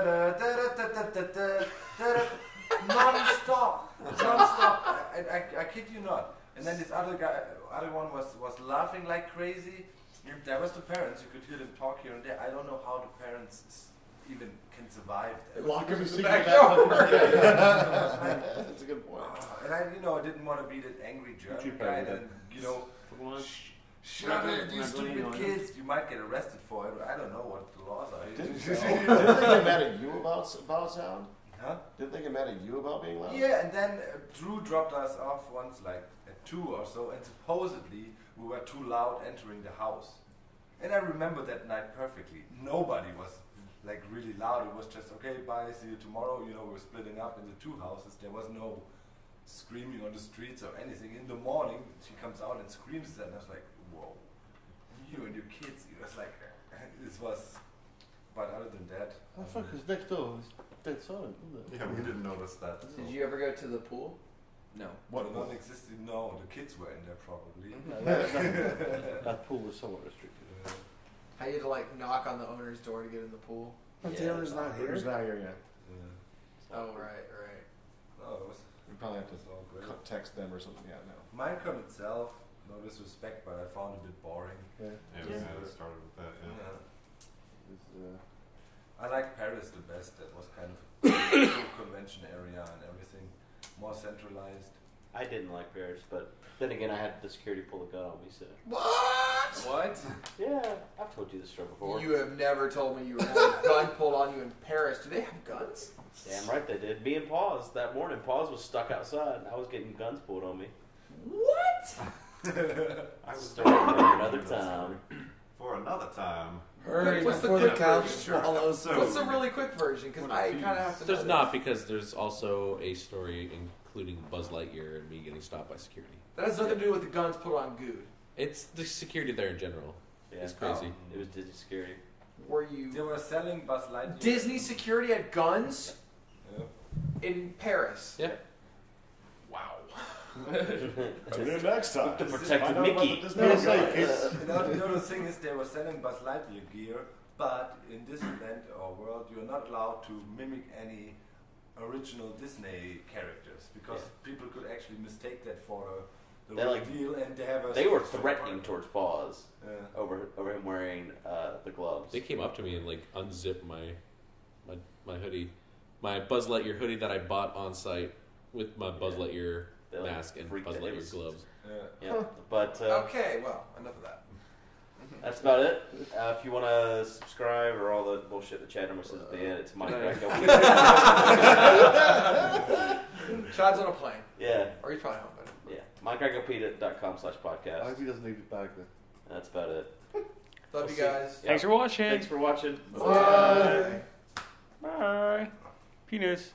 da da da da da non-stop, non-stop. I, I, I kid you not. And then this other guy, other one was was laughing like crazy. If There was the parents. You could hear them talk here and there. I don't know how the parents s- even can survive. That.
Lock 'em in the
Secret
backyard.
backyard.
That's a good point.
And I, you know, I didn't want to be that angry
you
German
play
guy.
with
That,
it?
you know, sh- shut
Not
it,
really-
you
not really
stupid
annoying.
kids. You might get arrested for it. I don't know what the laws are. You
Didn't,
know?
didn't they get mad at you about about sound?
Huh?
Didn't they get mad at you about being loud?
Yeah, and then uh, Drew dropped us off once, like at two or so, and supposedly we were too loud entering the house. And I remember that night perfectly. Nobody was like really loud. It was just okay, bye, see you tomorrow. You know, we were splitting up into two houses. There was no screaming on the streets or anything. In the morning, she comes out and screams, and I was like, whoa, you and your kids. It was like this was. But other than that,
Oh, fuck, it's next door. It's dead silent, isn't it?
Yeah, we didn't notice that.
Did you ever go to the pool?
No.
What-
What non existed? No, the kids were in there probably.
that pool was somewhat restricted.
How you had to like knock on the owner's door to get in the pool?
But the owner's not here.
Who's not here yet?
Oh right, right.
Oh, it was
We probably have to
all great.
co- text them or something. Yeah, no.
Minecraft itself, no disrespect, but I found it a bit boring.
Yeah.
Yeah, we
Yeah.
kinda started with that. Yeah.
It's, uh,
I like Paris the best. That was kind of a cool convention area and everything, more centralized.
I didn't like Paris, but then again, I had the security pull the gun on me. So
What?
yeah, I've told you this story before.
You have never told me you were had a gun pulled on you in Paris. Do they have guns?
Damn right they did. Me and Paws that morning. Paws was stuck outside. and I was getting guns pulled on me.
What?
I was
Story for another time.
for another time.
Hurry
What's the
before the
quick
couch
version?
swallows.
So-
What's the really quick version? Because I kind of have to.
There's
know
not because there's also a story including Buzz Lightyear and me getting stopped by security.
this. That has nothing to do with the guns pulled on Good.
It's the security there in general.
Yeah,
It's crazy.
Oh.
It was Disney security.
Were you
They were selling Buzz Lightyear.
Disney security had guns
Yeah.
in Paris?
Yeah.
Wow.
Tune in next time.
To protect
Find out about
Mickey.
the Disney
No,
guy.
no, it's-
You know, you know the thing is, they were selling Buzz Lightyear gear, but in this land or world, you're not allowed to mimic any original Disney characters because people could actually mistake that for the, the
They're
real
like-
deal, and they have a.
They were threatening towards Paws
Yeah.
over over him wearing uh, the gloves.
They came up to me and like unzipped my my my hoodie, my Buzz Lightyear hoodie that I bought on site with my Buzz Lightyear
They, like,
mask and
freaked
Buzz
the
Lightyear
hippies.
gloves.
Yeah.
Yeah, but uh,
Okay. Well, enough of that.
That's about it. Uh, if you want to subscribe or all the bullshit the chat number says at the end, it's Minecraft.
Chad's on a plane,
yeah,
or he's probably home by now.
yeah. Minecraftgopedia.com slash
I hope
podcast.
he doesn't leave his bag there.
That's about it.
Love
We'll
you guys.
Yeah.
Thanks for watching.
Thanks for watching.
Bye. Penis.